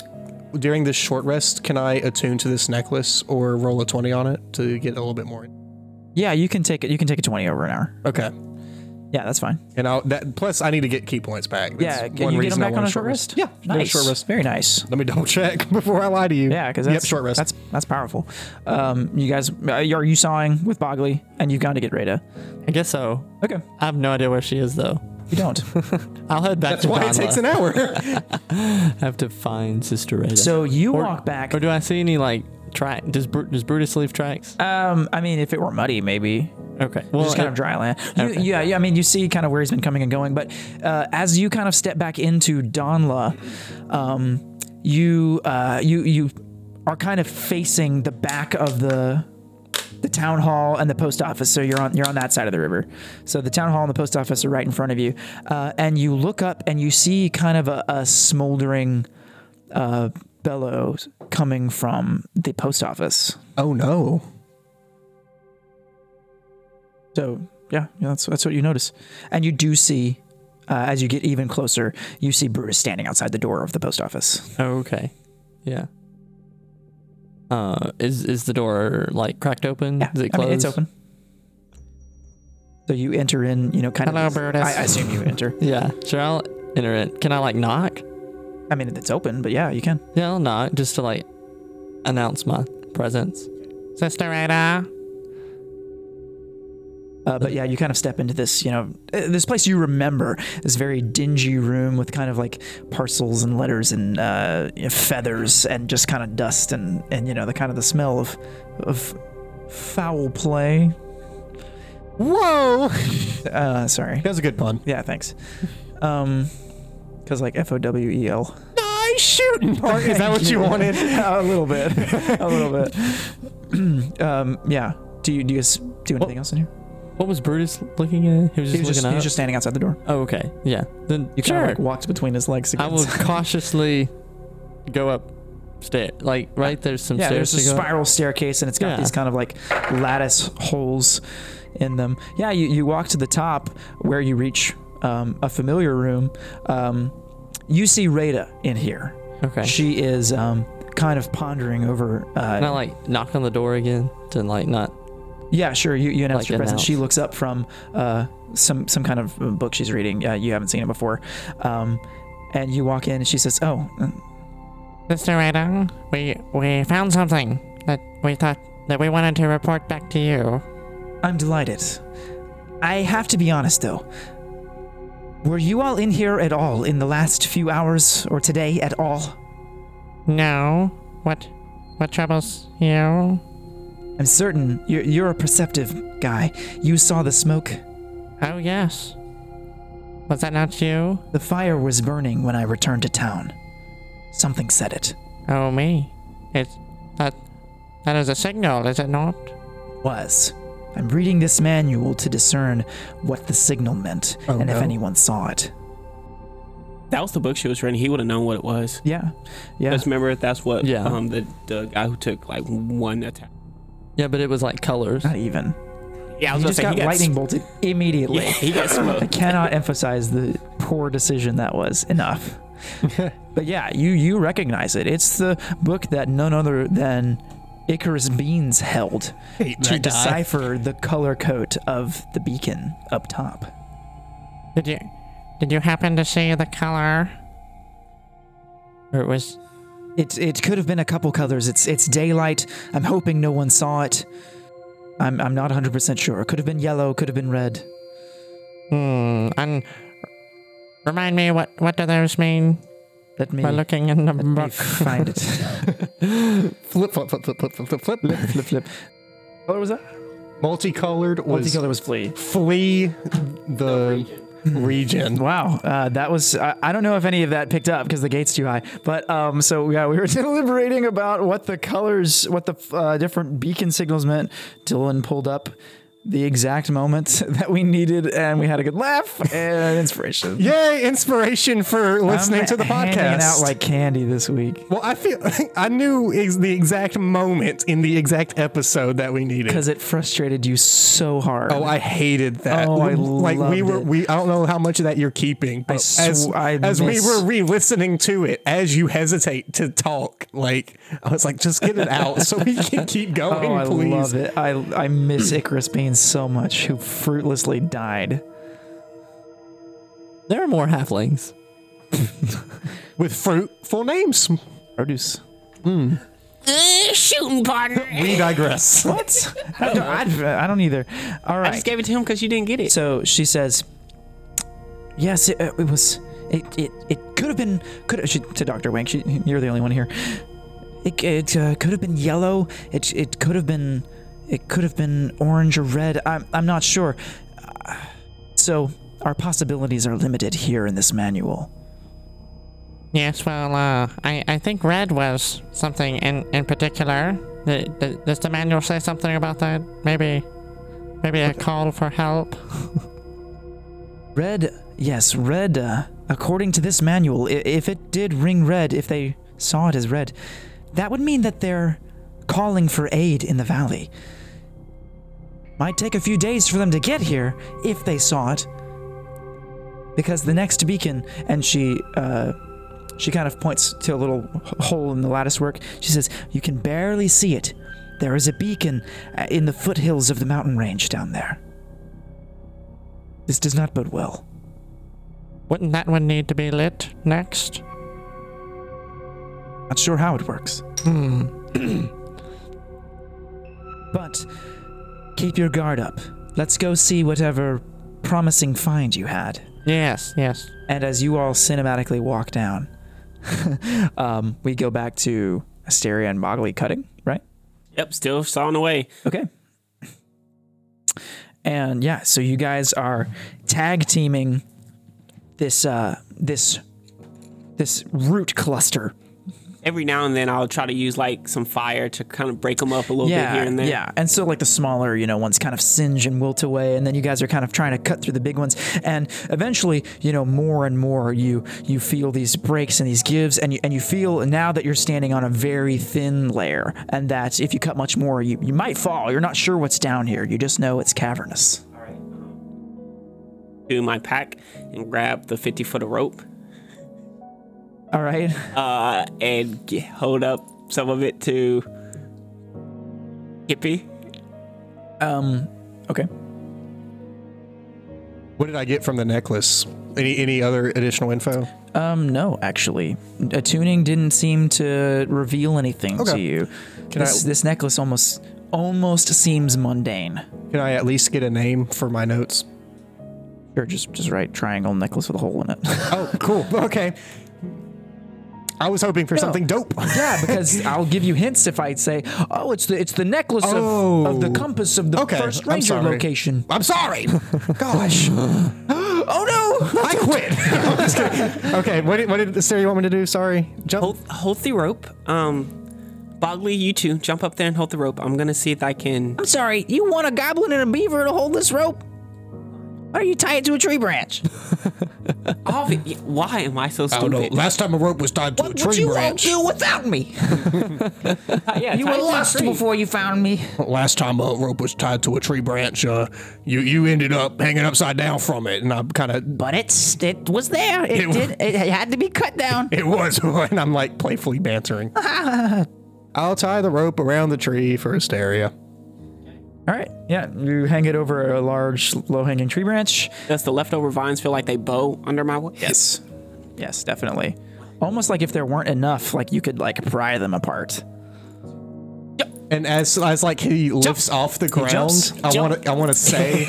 [SPEAKER 2] during this short rest, can I attune to this necklace or roll a twenty on it to get a little bit more?
[SPEAKER 6] Yeah, you can take it. You can take a 20 over an hour.
[SPEAKER 2] Okay,
[SPEAKER 6] Yeah, that's fine.
[SPEAKER 2] and I'll that plus I need to get key points back. That's
[SPEAKER 6] yeah, can you get them
[SPEAKER 2] reason I
[SPEAKER 6] back
[SPEAKER 2] want
[SPEAKER 6] on a short rest?
[SPEAKER 2] Yeah, I did a
[SPEAKER 6] nice.
[SPEAKER 2] short rest.
[SPEAKER 6] Very nice.
[SPEAKER 2] Let me double check before I lie to you.
[SPEAKER 6] Yeah, because
[SPEAKER 2] yep,
[SPEAKER 6] that's
[SPEAKER 2] short rest.
[SPEAKER 6] That's that's powerful. Um, you guys, uh, are you sawing with Bogley? And you've got to get Rita.
[SPEAKER 5] I guess so.
[SPEAKER 6] Okay,
[SPEAKER 5] I have no idea where she is though.
[SPEAKER 6] you don't.
[SPEAKER 5] I'll head back
[SPEAKER 2] that's
[SPEAKER 5] to
[SPEAKER 2] why it
[SPEAKER 5] Donla.
[SPEAKER 2] takes an hour.
[SPEAKER 5] I have to find Sister Rita.
[SPEAKER 6] so you
[SPEAKER 5] Or-
[SPEAKER 6] walk back.
[SPEAKER 5] or do I see any like track? Does Bru- does Brutus leave tracks?
[SPEAKER 6] Um, I mean, if it were muddy, maybe
[SPEAKER 5] okay. Well,
[SPEAKER 6] just kind
[SPEAKER 5] uh,
[SPEAKER 6] of dry land. You,
[SPEAKER 5] okay.
[SPEAKER 6] Yeah, yeah. I mean, you see kind of where he's been coming and going, but uh, as you kind of step back into Donla, um, you uh, you you are kind of facing the back of the the town hall and the post office. So you're on you're on that side of the river. So the town hall and the post office are right in front of you, uh, and you look up and you see kind of a, a smoldering uh, bellow coming from the post office.
[SPEAKER 2] oh no.
[SPEAKER 6] So yeah, yeah, that's that's what you notice, and you do see. Uh, as you get even closer, you see Brutus standing outside the door of the post office.
[SPEAKER 5] oh, okay. Yeah. Uh, is is the door like cracked open?
[SPEAKER 6] Yeah,
[SPEAKER 5] is it
[SPEAKER 6] I
[SPEAKER 5] closed?
[SPEAKER 6] mean, it's open. So you enter in, you know, kind
[SPEAKER 5] Hello,
[SPEAKER 6] of.
[SPEAKER 5] Brutus.
[SPEAKER 6] I, I assume you enter.
[SPEAKER 5] Yeah. Sure. I'll enter it. Can I like knock?
[SPEAKER 6] I mean, it's open, but yeah, you can.
[SPEAKER 5] Yeah, I'll knock just to like announce my presence. Sister Rita.
[SPEAKER 6] Uh, but yeah, you kind of step into this, you know, uh, this place you remember, this very dingy room with kind of like parcels and letters and uh, you know, feathers and just kind of dust and, and you know the kind of the smell of of foul play.
[SPEAKER 2] Whoa.
[SPEAKER 6] Uh, sorry.
[SPEAKER 2] That was a good pun.
[SPEAKER 6] Yeah, thanks. Um, because like F O W E L.
[SPEAKER 2] Nice shooting, Mark. Is that what you wanted?
[SPEAKER 6] a little bit, a little bit. um, yeah. Do you do you guys do anything else in here?
[SPEAKER 5] What was Brutus looking at? He was just
[SPEAKER 6] He was just,
[SPEAKER 5] looking
[SPEAKER 6] he
[SPEAKER 5] up.
[SPEAKER 6] was just standing outside the door.
[SPEAKER 5] oh, okay. Yeah. Then
[SPEAKER 6] You kind
[SPEAKER 5] sure.
[SPEAKER 6] of like walked between his legs.
[SPEAKER 5] I
[SPEAKER 6] Again,
[SPEAKER 5] will
[SPEAKER 6] so-
[SPEAKER 5] cautiously go up stair. Like right there's some
[SPEAKER 6] yeah,
[SPEAKER 5] stairs
[SPEAKER 6] there's a
[SPEAKER 5] to go. up.
[SPEAKER 6] spiral staircase, and it's got
[SPEAKER 5] Yeah.
[SPEAKER 6] these kind of like lattice holes in them. Yeah, you, you walk to the top where you reach um, a familiar room. Um, you see Rada in here.
[SPEAKER 5] Okay.
[SPEAKER 6] She is um, kind of pondering over. Uh,
[SPEAKER 5] Can I like knock on the door again to like not?
[SPEAKER 6] Yeah, sure. You, you announce
[SPEAKER 5] Like
[SPEAKER 6] your presence.
[SPEAKER 5] announce.
[SPEAKER 6] She looks up from uh, some some kind of book she's reading. Uh, you haven't seen it before, um, and you walk in and she says, "Oh, uh,
[SPEAKER 5] Sister Rita, we we found something that we thought that we wanted to report back to you.
[SPEAKER 6] I'm delighted. I have to be honest though. Were you all in here at all in the last few hours or today at all?
[SPEAKER 5] No. What what troubles you?
[SPEAKER 6] I'm certain you're you're a perceptive guy. You saw the smoke.
[SPEAKER 5] Oh yes. Was that not you?
[SPEAKER 6] The fire was burning when I returned to town. Something said it.
[SPEAKER 5] Oh me. It's that that is a signal, is it not?
[SPEAKER 6] was. I'm reading this manual to discern what the signal meant
[SPEAKER 2] Oh,
[SPEAKER 6] and
[SPEAKER 2] no.
[SPEAKER 6] if anyone saw it.
[SPEAKER 3] That was the book she was reading. He would have known what it was.
[SPEAKER 6] Yeah. Yeah.
[SPEAKER 3] Just remember, that's what
[SPEAKER 5] Yeah.
[SPEAKER 3] um the, the guy who took like one attack.
[SPEAKER 5] Yeah, but it was like colors.
[SPEAKER 6] Not even.
[SPEAKER 3] Yeah, I
[SPEAKER 6] He
[SPEAKER 3] was
[SPEAKER 6] just
[SPEAKER 3] gonna
[SPEAKER 6] got
[SPEAKER 3] say
[SPEAKER 6] lightning
[SPEAKER 3] he
[SPEAKER 6] bolted
[SPEAKER 3] got,
[SPEAKER 6] immediately.
[SPEAKER 3] yeah, he got
[SPEAKER 6] I
[SPEAKER 3] smoked.
[SPEAKER 6] cannot emphasize the poor decision that was enough. but yeah, you you recognize it. It's the book that none other than Icarus Beans held
[SPEAKER 2] Hate that
[SPEAKER 6] to
[SPEAKER 2] guy.
[SPEAKER 6] decipher the color code of the beacon up top.
[SPEAKER 5] Did you did you happen to see the color? Or it was.
[SPEAKER 6] It it could have been a couple colors. It's it's daylight. I'm hoping no one saw it. I'm I'm not 100% sure. It could have been yellow, could have been red.
[SPEAKER 5] Hmm. And remind me what what do those mean
[SPEAKER 6] Let me
[SPEAKER 5] by looking in the
[SPEAKER 6] let me
[SPEAKER 5] book?
[SPEAKER 6] find it.
[SPEAKER 2] Flip, flip, flip, flip, flip, flip, flip, flip.
[SPEAKER 6] flip flip. What was that?
[SPEAKER 2] Multicolored was
[SPEAKER 6] Multicolor was flea.
[SPEAKER 2] flee the region.
[SPEAKER 6] Wow, uh, that was. I, I don't know if any of that picked up because the gate's too high. But um, so yeah, we were deliberating about what the colors, what the uh, different beacon signals meant. Dylan pulled up the exact moment that we needed, and we had a good laugh and inspiration.
[SPEAKER 2] Yay! Inspiration for listening
[SPEAKER 6] I'm
[SPEAKER 2] to the podcast.
[SPEAKER 6] hanging out like candy this week
[SPEAKER 2] well, I feel I knew is the exact moment in the exact episode that we needed.
[SPEAKER 6] because it frustrated you so hard.
[SPEAKER 2] Oh, I hated that.
[SPEAKER 6] Oh, I
[SPEAKER 2] like we
[SPEAKER 6] loved
[SPEAKER 2] were.
[SPEAKER 6] it.
[SPEAKER 2] We I don't know how much of that you're keeping, but
[SPEAKER 6] sw-
[SPEAKER 2] as
[SPEAKER 6] I
[SPEAKER 2] as we
[SPEAKER 6] miss-
[SPEAKER 2] were re-listening to it, as you hesitate to talk, like I was like, just get it out so we can keep going,
[SPEAKER 6] Oh, I
[SPEAKER 2] please.
[SPEAKER 6] love it. I I miss Icarus Bane so much, who fruitlessly died.
[SPEAKER 5] There are more halflings.
[SPEAKER 2] With fruitful names,
[SPEAKER 6] Produce.
[SPEAKER 3] Uh, shooting partner.
[SPEAKER 2] we digress.
[SPEAKER 6] What? I, don't, I- I don't either. All
[SPEAKER 3] I
[SPEAKER 6] right.
[SPEAKER 3] just gave it to him because you didn't get it.
[SPEAKER 6] So she says, "Yes, it, uh, it was. It it, it could have been. Could she, to Doctor Wang? She, you're the only one here. It, it uh, could have been yellow. It it could have been. It could have been orange or red. I'm I'm not sure. Uh, So our possibilities are limited here in this manual.
[SPEAKER 5] Yes, well, uh, I, I think red was something in, in particular. The, the, does the manual say something about that? Maybe, maybe a call for help.
[SPEAKER 6] Red. Yes, red. Uh, according to this manual, i- if it did ring red, if they saw it as red, that would mean that they're calling for aid in the valley. Might take a few days for them to get here if they saw it, because the next beacon. And she, uh, she kind of points to a little h- hole in the lattice work. She says, "You can barely see it. There is a beacon uh, in the foothills of the mountain range down there. This does not bode well."
[SPEAKER 5] Wouldn't that one need to be lit next?
[SPEAKER 6] Not sure how it works. but keep your guard up. Let's go see whatever promising find you had.
[SPEAKER 5] Yes, yes.
[SPEAKER 6] And as you all cinematically walk down, um, we go back to Asteria and Bogley cutting, right?
[SPEAKER 3] Yep, still sawing away.
[SPEAKER 6] Okay. And yeah, so you guys are tag teaming this uh this this root cluster
[SPEAKER 3] Every now and then, I'll try to use like some fire to kind of break them up a little
[SPEAKER 6] yeah,
[SPEAKER 3] bit here and there.
[SPEAKER 6] Yeah, and so like the smaller, you know, ones kind of singe and wilt away, and then you guys are kind of trying to cut through the big ones, and eventually, you know, more and more you you feel these breaks and these gives, and you and you feel now that you're standing on a very thin layer, and that if you cut much more, you you might fall. You're not sure what's down here. You just know it's cavernous.
[SPEAKER 3] Do my pack and grab the 50 foot of rope
[SPEAKER 6] All right.
[SPEAKER 3] uh, and g hold up some of it to Kippy.
[SPEAKER 6] Um. Okay.
[SPEAKER 2] What did I get from the necklace? Any any other additional info?
[SPEAKER 6] Um. No, actually, attuning didn't seem to reveal anything to
[SPEAKER 2] Okay.
[SPEAKER 6] you.
[SPEAKER 2] Can
[SPEAKER 6] this
[SPEAKER 2] I-
[SPEAKER 6] this necklace almost almost seems mundane.
[SPEAKER 2] Can I at least get a name for my notes?
[SPEAKER 6] Sure, just just write triangle necklace with a hole in it.
[SPEAKER 2] Oh, cool. Okay. I was hoping for something dope.
[SPEAKER 6] yeah, because I'll give you hints if I say, "Oh, it's the it's the necklace
[SPEAKER 2] Oh.
[SPEAKER 6] of, of the compass of the
[SPEAKER 2] Okay,
[SPEAKER 6] first
[SPEAKER 2] I'm
[SPEAKER 6] ranger
[SPEAKER 2] sorry.
[SPEAKER 6] location."
[SPEAKER 2] I'm sorry. Gosh. oh no! I quit. I'm just kidding. Okay, what did, what did Sarah you want me to do? Sorry. Jump.
[SPEAKER 3] Hold, hold the rope. Um, Bogley, you two, jump up there and hold the rope. I'm gonna see if I can.
[SPEAKER 4] I'm sorry, you want a goblin and a beaver to hold this rope? Why don't you tie it to a tree branch?
[SPEAKER 3] Obvi- why am I so stupid?
[SPEAKER 2] Oh, Last time a rope was tied to
[SPEAKER 4] What would you all do without me?
[SPEAKER 3] yeah,
[SPEAKER 4] You were lost before you found me.
[SPEAKER 2] Last time a rope was tied to a tree branch, uh, you you ended up hanging upside down from it, and I'm kind of
[SPEAKER 4] But it's it was there. It,
[SPEAKER 2] It wa-
[SPEAKER 4] did. It had to be cut down.
[SPEAKER 2] it was, and I'm like playfully bantering. I'll tie the rope around the tree for Asteria.
[SPEAKER 6] All right, yeah, you hang it over a large, low-hanging tree branch.
[SPEAKER 3] Does the leftover vines feel like they bow under my weight?
[SPEAKER 6] Yes, yes, definitely. almost like if there weren't enough, like you could like pry them apart.
[SPEAKER 2] And as as like he lifts off the ground,
[SPEAKER 6] jumps.
[SPEAKER 2] I want to I want to say,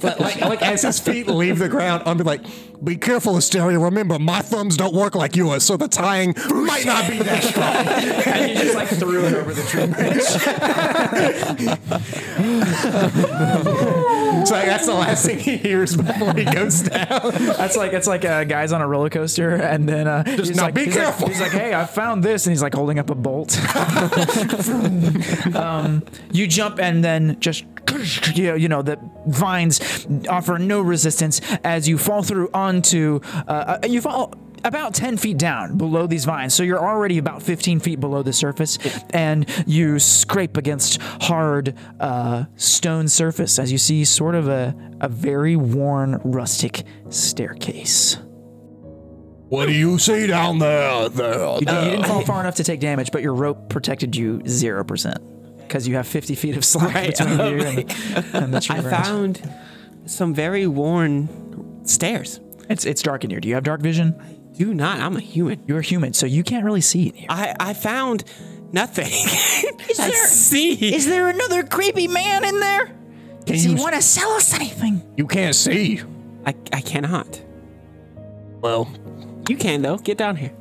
[SPEAKER 2] like, like, like as his feet leave the ground, I'm like, be careful, Asteria. Remember, my thumbs don't work like yours, so the tying might not be that strong.
[SPEAKER 8] And he just like threw it over the tree branch.
[SPEAKER 2] so like, that's the last thing he hears before he goes down.
[SPEAKER 6] That's like it's like uh, guys on a roller coaster, and then uh, he's
[SPEAKER 2] now
[SPEAKER 6] like,
[SPEAKER 2] be
[SPEAKER 6] he's like-
[SPEAKER 2] careful.
[SPEAKER 6] he's like, "Hey, I found this," and he's like holding up a bolt. um, you jump, and then just you know, you know the vines offer no resistance as you fall through onto uh, uh, you fall. About 10 feet down below these vines. So you're already about 15 feet below the surface, and you scrape against hard uh, stone surface as you see sort of a, a very worn, rustic staircase.
[SPEAKER 2] What do you see down there? There.
[SPEAKER 6] Uh, you didn't fall far enough to take damage, but your rope protected you zero percent because you have fifty feet of slack between you and the, and the tree
[SPEAKER 3] Oh I
[SPEAKER 6] branch.
[SPEAKER 3] found some very worn stairs.
[SPEAKER 6] It's it's dark in here. Do you have dark vision?
[SPEAKER 3] Do not. I'm a human.
[SPEAKER 6] You're human, so you can't really see in here.
[SPEAKER 3] I I found nothing.
[SPEAKER 4] Is
[SPEAKER 3] I
[SPEAKER 4] there-
[SPEAKER 3] see.
[SPEAKER 4] Is there another creepy man in there? Does he want to sell us anything?
[SPEAKER 2] You can't see.
[SPEAKER 3] I I cannot.
[SPEAKER 2] Well,
[SPEAKER 3] You can though. Get down here.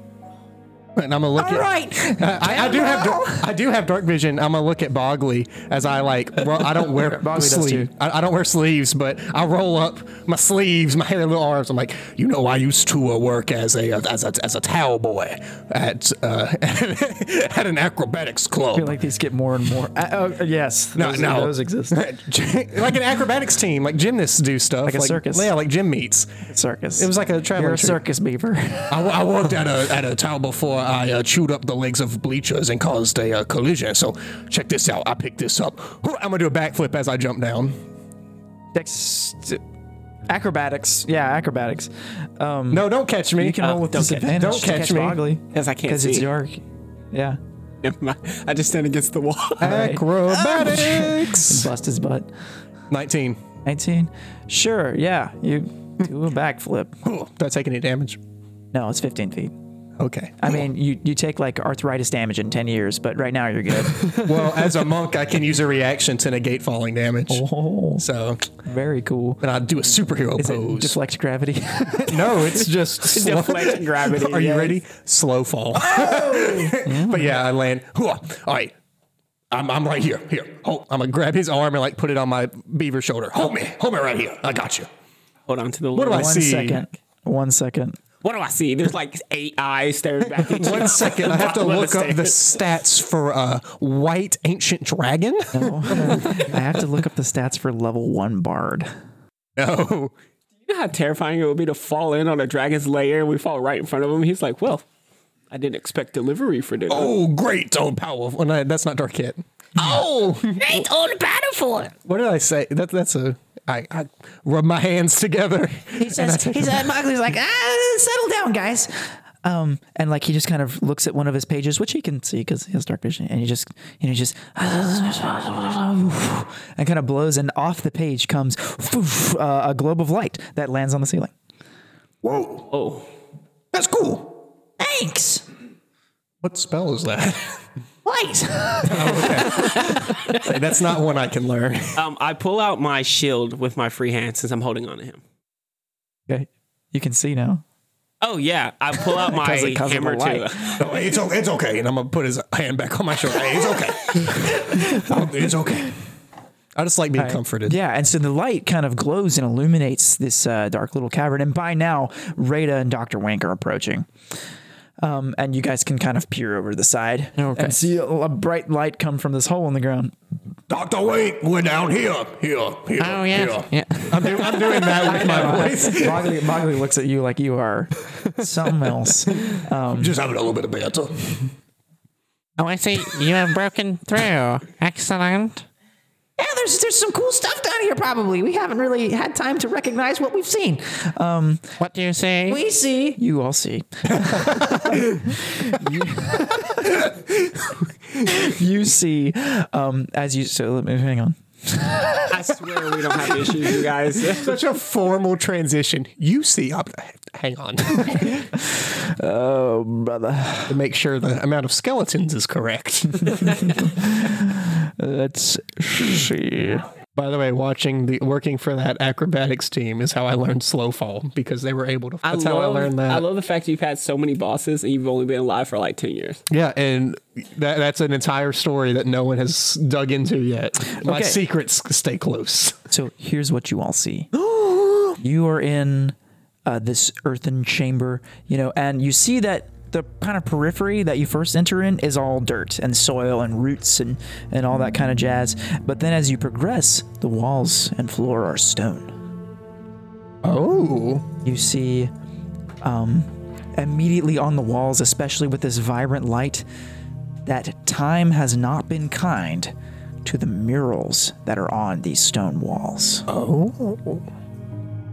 [SPEAKER 2] and I'm gonna look.
[SPEAKER 4] All
[SPEAKER 2] at,
[SPEAKER 4] right.
[SPEAKER 2] I, I do have dar- I do have dark vision. I'm gonna look at Bogley as I like. Ro- I don't wear
[SPEAKER 6] Bogley does
[SPEAKER 2] sleeves.
[SPEAKER 6] too.
[SPEAKER 2] I, I don't wear sleeves, but I roll up my sleeves, my hairy little arms. I'm like, you know, I used to uh, work as a as a as a towel boy at uh, at an acrobatics club.
[SPEAKER 6] feel like these get more and more. Uh, oh, yes,
[SPEAKER 2] No,
[SPEAKER 6] those,
[SPEAKER 2] no.
[SPEAKER 6] those exist.
[SPEAKER 2] like an acrobatics team, like gymnasts do stuff, like
[SPEAKER 6] a circus.
[SPEAKER 2] Yeah, like gym meets.
[SPEAKER 6] Circus.
[SPEAKER 2] It was like a traveling
[SPEAKER 6] You're a
[SPEAKER 2] troupe.
[SPEAKER 6] circus beaver.
[SPEAKER 2] I, I worked at a at a town before I uh, chewed up the legs of bleachers and caused a uh, collision. So check this out. I picked this up. Whew, I'm gonna do a backflip as I jump down.
[SPEAKER 6] Dex- acrobatics. Yeah, acrobatics. Um,
[SPEAKER 2] No, don't catch me.
[SPEAKER 6] you can roll with
[SPEAKER 3] don't catch-
[SPEAKER 6] disadvantage.
[SPEAKER 2] don't
[SPEAKER 6] to
[SPEAKER 2] catch me.
[SPEAKER 6] Bogley
[SPEAKER 3] Because I can't
[SPEAKER 6] because
[SPEAKER 3] see.
[SPEAKER 6] it's dark. Yeah,
[SPEAKER 3] Never mind. I just stand against the wall.
[SPEAKER 2] acrobatics.
[SPEAKER 6] bust his butt.
[SPEAKER 2] Nineteen.
[SPEAKER 6] 19 sure yeah you do a backflip
[SPEAKER 2] Whew, do I take any damage?
[SPEAKER 6] no it's 15 feet
[SPEAKER 2] Okay.
[SPEAKER 6] i mean you, you take like arthritis damage in 10 years but right now you're good
[SPEAKER 2] well, as a monk, I can use a reaction to negate falling damage. So,
[SPEAKER 6] very cool
[SPEAKER 2] and I do a superhero
[SPEAKER 6] Oh. Is it
[SPEAKER 2] pose.
[SPEAKER 6] deflect gravity
[SPEAKER 2] no, it's just slow.
[SPEAKER 3] Deflect gravity.
[SPEAKER 2] Are you
[SPEAKER 3] yes.
[SPEAKER 2] ready? Slow fall. but yeah, I land. Hooah. All right. I'm, I'm right here. Here. Hold. I'm going to grab his arm and like put it on my beaver shoulder. Hold me. Hold me right here. I got you.
[SPEAKER 3] Hold on to the.
[SPEAKER 2] What do I
[SPEAKER 3] little-
[SPEAKER 6] One second.
[SPEAKER 2] see?
[SPEAKER 6] one second
[SPEAKER 3] What do I see? There's like eight eyes staring back at you.
[SPEAKER 2] One second. I have to
[SPEAKER 3] Let
[SPEAKER 2] look
[SPEAKER 3] us
[SPEAKER 2] up
[SPEAKER 3] take
[SPEAKER 2] the
[SPEAKER 3] it.
[SPEAKER 2] stats for uh, white ancient dragon.
[SPEAKER 6] i have to look up the stats for level 1 bard
[SPEAKER 2] No.
[SPEAKER 3] You know how terrifying it would be to fall in on a dragon's lair and we fall right in front of him? He's like, well, I didn't expect delivery for dinner.
[SPEAKER 2] Oh, great. Oh, powerful. No, that's not dark yet.
[SPEAKER 4] Great on battlefield.
[SPEAKER 2] What did I say? That, that's a. I, I rub my hands together.
[SPEAKER 4] He says, he said, Mowgli's like, ah, settle down, guys.
[SPEAKER 6] um, and like he just kind of looks at one of his pages, which he can see because he has dark vision, and he just and he just and kind of blows, and off the page comes uh, a globe of light that lands on the ceiling.
[SPEAKER 2] Whoa.
[SPEAKER 3] Oh.
[SPEAKER 2] That's cool.
[SPEAKER 4] Thanks.
[SPEAKER 2] What spell is that?
[SPEAKER 4] Light.
[SPEAKER 2] that's not one I can learn.
[SPEAKER 3] Um, I pull out my shield with my free hand since I'm holding on to him.
[SPEAKER 6] Okay, you can see now.
[SPEAKER 3] Oh, yeah. I pull out my
[SPEAKER 6] Because it covers the
[SPEAKER 3] hammer too.
[SPEAKER 6] light.
[SPEAKER 2] No, it's, o- it's okay. And I'm going to put his hand back on my shoulder. Hey, it's okay. Oh, it's okay. I just like being comforted.
[SPEAKER 6] Yeah, and so the light kind of glows and illuminates this uh, dark little cavern. And by now, Rada and Doctor Wank are approaching, um, and you guys can kind of peer over the side
[SPEAKER 5] Okay.
[SPEAKER 6] and see a, a bright light come from this hole in the ground.
[SPEAKER 2] Dr. Wait, we're down here. Here, here,
[SPEAKER 5] Oh, yeah.
[SPEAKER 2] here.
[SPEAKER 5] Yeah.
[SPEAKER 2] I'm, do- I'm doing that with my voice.
[SPEAKER 6] Bogley, Bogley looks at you like you are something else.
[SPEAKER 2] Just having a little bit of banter.
[SPEAKER 5] Oh, I see. You have broken through. Excellent.
[SPEAKER 4] Yeah, there's there's some cool stuff down here. Probably we haven't really had time to recognize what we've seen.
[SPEAKER 6] Um,
[SPEAKER 5] What do you see?
[SPEAKER 4] We see
[SPEAKER 6] you all see. you, you see, um, as you so. Let me hang on.
[SPEAKER 3] I swear we don't have issues, you guys.
[SPEAKER 2] Such a formal transition. You see, I'm, hang on. oh, brother. To make sure the amount of skeletons is correct.
[SPEAKER 6] Let's see.
[SPEAKER 2] By the way, watching the working for that acrobatics team is how I learned slow fall because they were able to. That's how I learned that.
[SPEAKER 3] I love the fact you've had so many bosses and you've only been alive for like ten years.
[SPEAKER 2] yeah, and that, that's an entire story that no one has dug into yet. My
[SPEAKER 6] Okay.
[SPEAKER 2] secrets stay close.
[SPEAKER 6] So here's what you all see. you are in uh, this earthen chamber, you know, and you see that the kind of periphery that you first enter in is all dirt and soil and roots and, and all that kind of jazz. But then as you progress, the walls and floor are stone.
[SPEAKER 2] Oh,
[SPEAKER 6] You see, um, immediately on the walls, especially with this vibrant light, that time has not been kind to the murals that are on these stone walls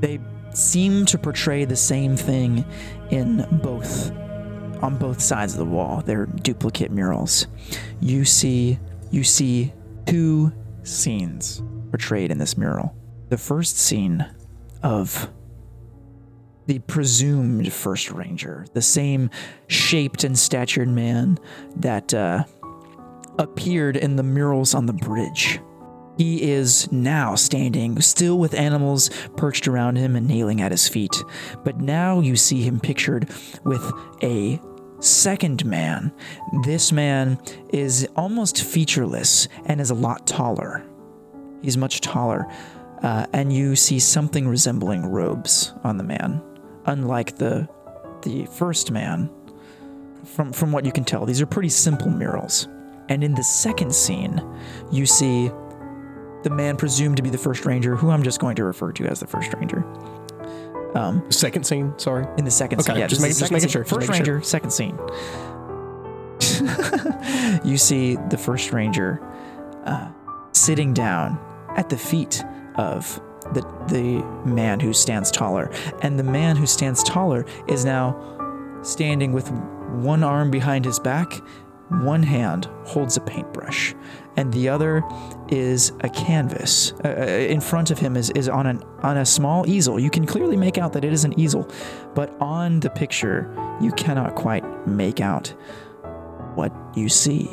[SPEAKER 6] they seem to portray the same thing in both on both sides of the wall they're duplicate murals you see you see two scenes portrayed in this mural the first scene of the presumed first ranger the same shaped and statured man that uh, appeared in the murals on the bridge he is now standing, still with animals perched around him and kneeling at his feet. But now you see him pictured with a second man. This man is almost featureless and is a lot taller. He's much taller. Uh, and you see something resembling robes on the man, unlike the the first man. From from what you can tell, these are pretty simple murals. And in the second scene, you see the man presumed to be the first ranger, who I'm just going to refer to as the first ranger.
[SPEAKER 2] second scene. Sorry.
[SPEAKER 6] In the second
[SPEAKER 2] Okay,
[SPEAKER 6] scene, yeah,
[SPEAKER 2] just
[SPEAKER 6] this
[SPEAKER 2] make-
[SPEAKER 6] is
[SPEAKER 2] just
[SPEAKER 6] the second
[SPEAKER 2] making
[SPEAKER 6] scene.
[SPEAKER 2] sure, just
[SPEAKER 6] First
[SPEAKER 2] making
[SPEAKER 6] ranger,
[SPEAKER 2] sure.
[SPEAKER 6] second scene. you see the first ranger uh, sitting down at the feet of the the man who stands taller, and the man who stands taller is now standing with one arm behind his back, one hand holds a paintbrush, and the other is a canvas. Uh, uh, in front of him is, is on, an, on a small easel. You can clearly make out that it is an easel, but on the picture, you cannot quite make out what you see.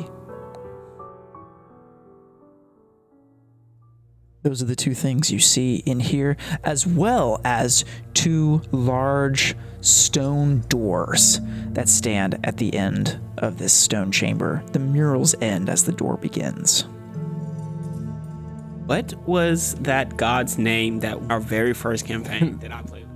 [SPEAKER 6] Those are the two things you see in here, as well as two large stone doors that stand at the end of this stone chamber. The murals end as the door begins.
[SPEAKER 3] What was that god's name that our very first campaign that I played?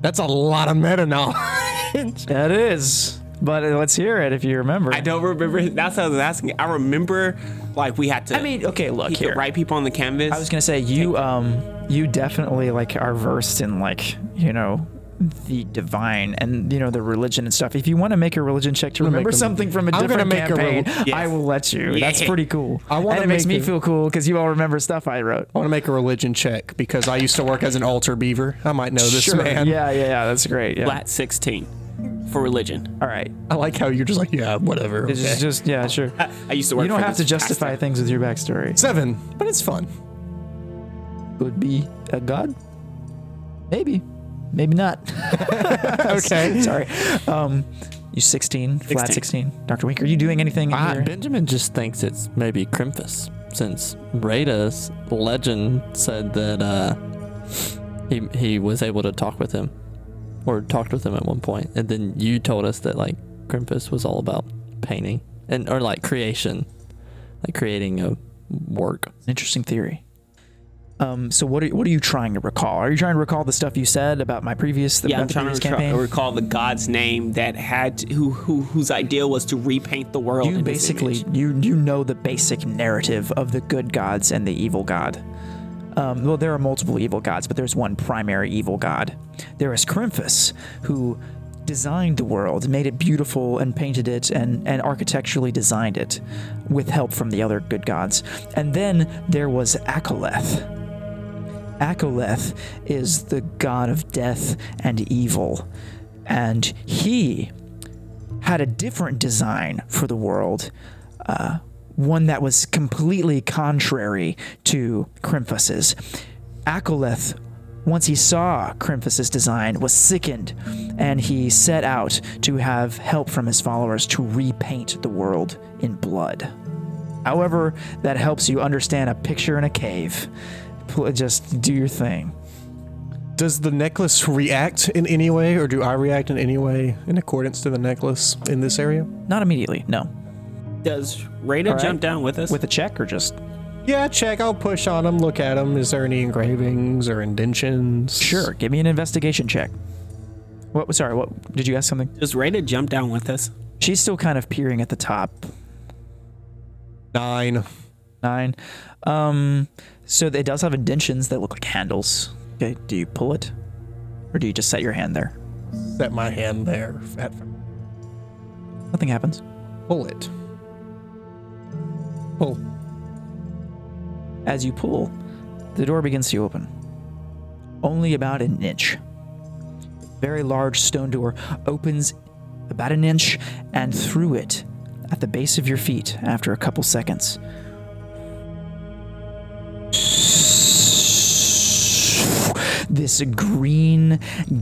[SPEAKER 2] That's a lot of meta knowledge.
[SPEAKER 6] That is. But let's hear it if you remember.
[SPEAKER 3] I don't remember. That's what I was asking. I remember, like we had to.
[SPEAKER 6] I mean, okay, look
[SPEAKER 3] he
[SPEAKER 6] here.
[SPEAKER 3] could write people on the canvas.
[SPEAKER 6] I was gonna say you um you definitely like are versed in like you know the divine and you know the religion and stuff. If you want to make a religion check to remember
[SPEAKER 2] a-
[SPEAKER 6] something from a
[SPEAKER 2] I'm
[SPEAKER 6] different
[SPEAKER 2] gonna make a
[SPEAKER 6] campaign,
[SPEAKER 2] rel-
[SPEAKER 6] I will let you. That's
[SPEAKER 3] Yeah.
[SPEAKER 6] pretty cool.
[SPEAKER 2] I wanna
[SPEAKER 6] and it makes
[SPEAKER 2] make
[SPEAKER 6] me
[SPEAKER 2] a-
[SPEAKER 6] feel cool because you all remember stuff I wrote.
[SPEAKER 2] I want to make a religion check because I used to work as an altar beaver. I might know Oh, this
[SPEAKER 6] sure.
[SPEAKER 2] man.
[SPEAKER 6] Yeah, yeah, yeah. That's great. Yeah.
[SPEAKER 3] flat sixteen for religion.
[SPEAKER 6] All right.
[SPEAKER 2] I like how you're just like, yeah, whatever.
[SPEAKER 6] It's
[SPEAKER 2] okay.
[SPEAKER 6] just, just yeah, sure.
[SPEAKER 3] I used to work.
[SPEAKER 6] You don't
[SPEAKER 3] for
[SPEAKER 6] have to
[SPEAKER 3] this
[SPEAKER 6] justify
[SPEAKER 3] pastor.
[SPEAKER 6] things with your backstory.
[SPEAKER 2] Seven, but it's fun.
[SPEAKER 6] Would be a god? Maybe. Maybe not.
[SPEAKER 2] Okay.
[SPEAKER 6] Sorry. Um, you 16, flat
[SPEAKER 3] 16.
[SPEAKER 6] 16. Dr. Wink, are you doing anything? in
[SPEAKER 5] Ah,
[SPEAKER 6] here?
[SPEAKER 5] Benjamin just thinks it's maybe Krimpus, since Rada's legend said that uh, he he was able to talk with him, or talked with him at one point, and then you told us that like Krimpus was all about painting and or like creation, like creating a work.
[SPEAKER 6] It's an interesting theory. Um, so what are what are you trying to recall? Are you trying to recall the stuff you said about my previous the,
[SPEAKER 3] Yeah, I'm
[SPEAKER 6] about the
[SPEAKER 3] trying to
[SPEAKER 6] previous
[SPEAKER 3] recall-
[SPEAKER 6] campaign?
[SPEAKER 3] recall the god's name that had to, who who whose idea was to repaint the world.
[SPEAKER 6] you
[SPEAKER 3] in his
[SPEAKER 6] basically
[SPEAKER 3] image.
[SPEAKER 6] you you know the basic narrative of the good gods and the evil god. Um, well, there are multiple evil gods, but there's one primary evil god. There is Krymphus, who designed the world, made it beautiful, and painted it, and and architecturally designed it, with help from the other good gods. And then there was Akoleth. Akoleth is the god of death and evil, and he had a different design for the world, uh, one that was completely contrary to Crimphas's. Acoleth, once he saw Crimphas's design, was sickened, and he set out to have help from his followers to repaint the world in blood. However, that helps you understand a picture in a cave. Pl- Just do your thing.
[SPEAKER 2] Does the necklace react in any way, or do I react in any way in accordance to the necklace in this area?
[SPEAKER 6] Not immediately, no.
[SPEAKER 3] Does Rada
[SPEAKER 6] All right.
[SPEAKER 3] jump down with us?
[SPEAKER 6] With a check or just
[SPEAKER 2] Yeah, check. I'll push on them, look at them. Is there any engravings or indentions?
[SPEAKER 6] Sure. Give me an investigation check. What? Sorry. What? Did you ask something?
[SPEAKER 3] Does Rada jump down with us?
[SPEAKER 6] She's still kind of peering at the top.
[SPEAKER 2] Nine.
[SPEAKER 6] Nine. Um. So it does have indentions that look like handles. Okay. Do you pull it, or do you just set your hand there?
[SPEAKER 2] Set my hand there. At,
[SPEAKER 6] Nothing happens.
[SPEAKER 2] pull it. Pull.
[SPEAKER 6] As you pull, the door begins to open. Only about an inch. Very large stone door opens about an inch, and through it, at the base of your feet, after a couple seconds, this green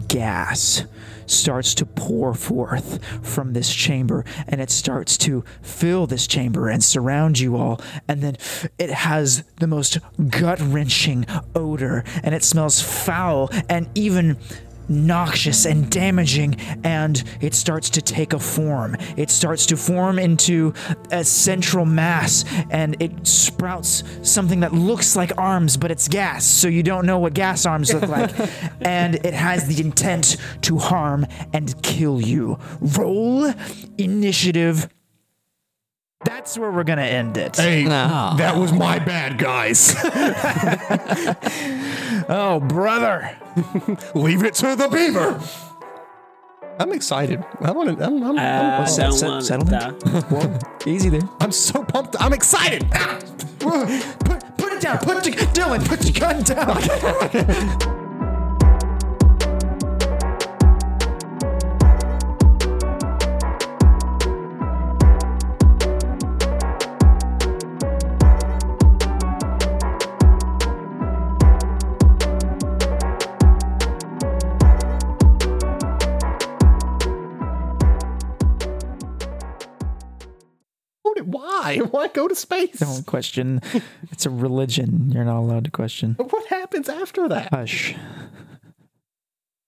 [SPEAKER 6] gas starts to pour forth from this chamber and it starts to fill this chamber and surround you all and then it has the most gut-wrenching odor and it smells foul and even noxious and damaging and it starts to take a form it starts to form into a central mass and it sprouts something that looks like arms but it's gas so you don't know what gas arms look like and it has the intent to harm and kill you roll initiative that's where we're gonna end it
[SPEAKER 2] Hey,
[SPEAKER 5] No.
[SPEAKER 2] that was my bad, guys.
[SPEAKER 6] oh brother
[SPEAKER 2] Leave it to the beaver. I'm excited. I want to. I'm, I'm,
[SPEAKER 3] I
[SPEAKER 2] I'm,
[SPEAKER 6] set-
[SPEAKER 3] don't
[SPEAKER 6] Oh, set-
[SPEAKER 3] want
[SPEAKER 6] settle down.
[SPEAKER 3] that.
[SPEAKER 6] easy there
[SPEAKER 2] I'm so pumped. I'm excited. Ah!
[SPEAKER 6] put, put it down put your dylan put your gun down
[SPEAKER 2] Why? Why go to space?
[SPEAKER 6] Don't question. It's a religion. You're not allowed to question.
[SPEAKER 2] What happens after that?
[SPEAKER 6] Hush.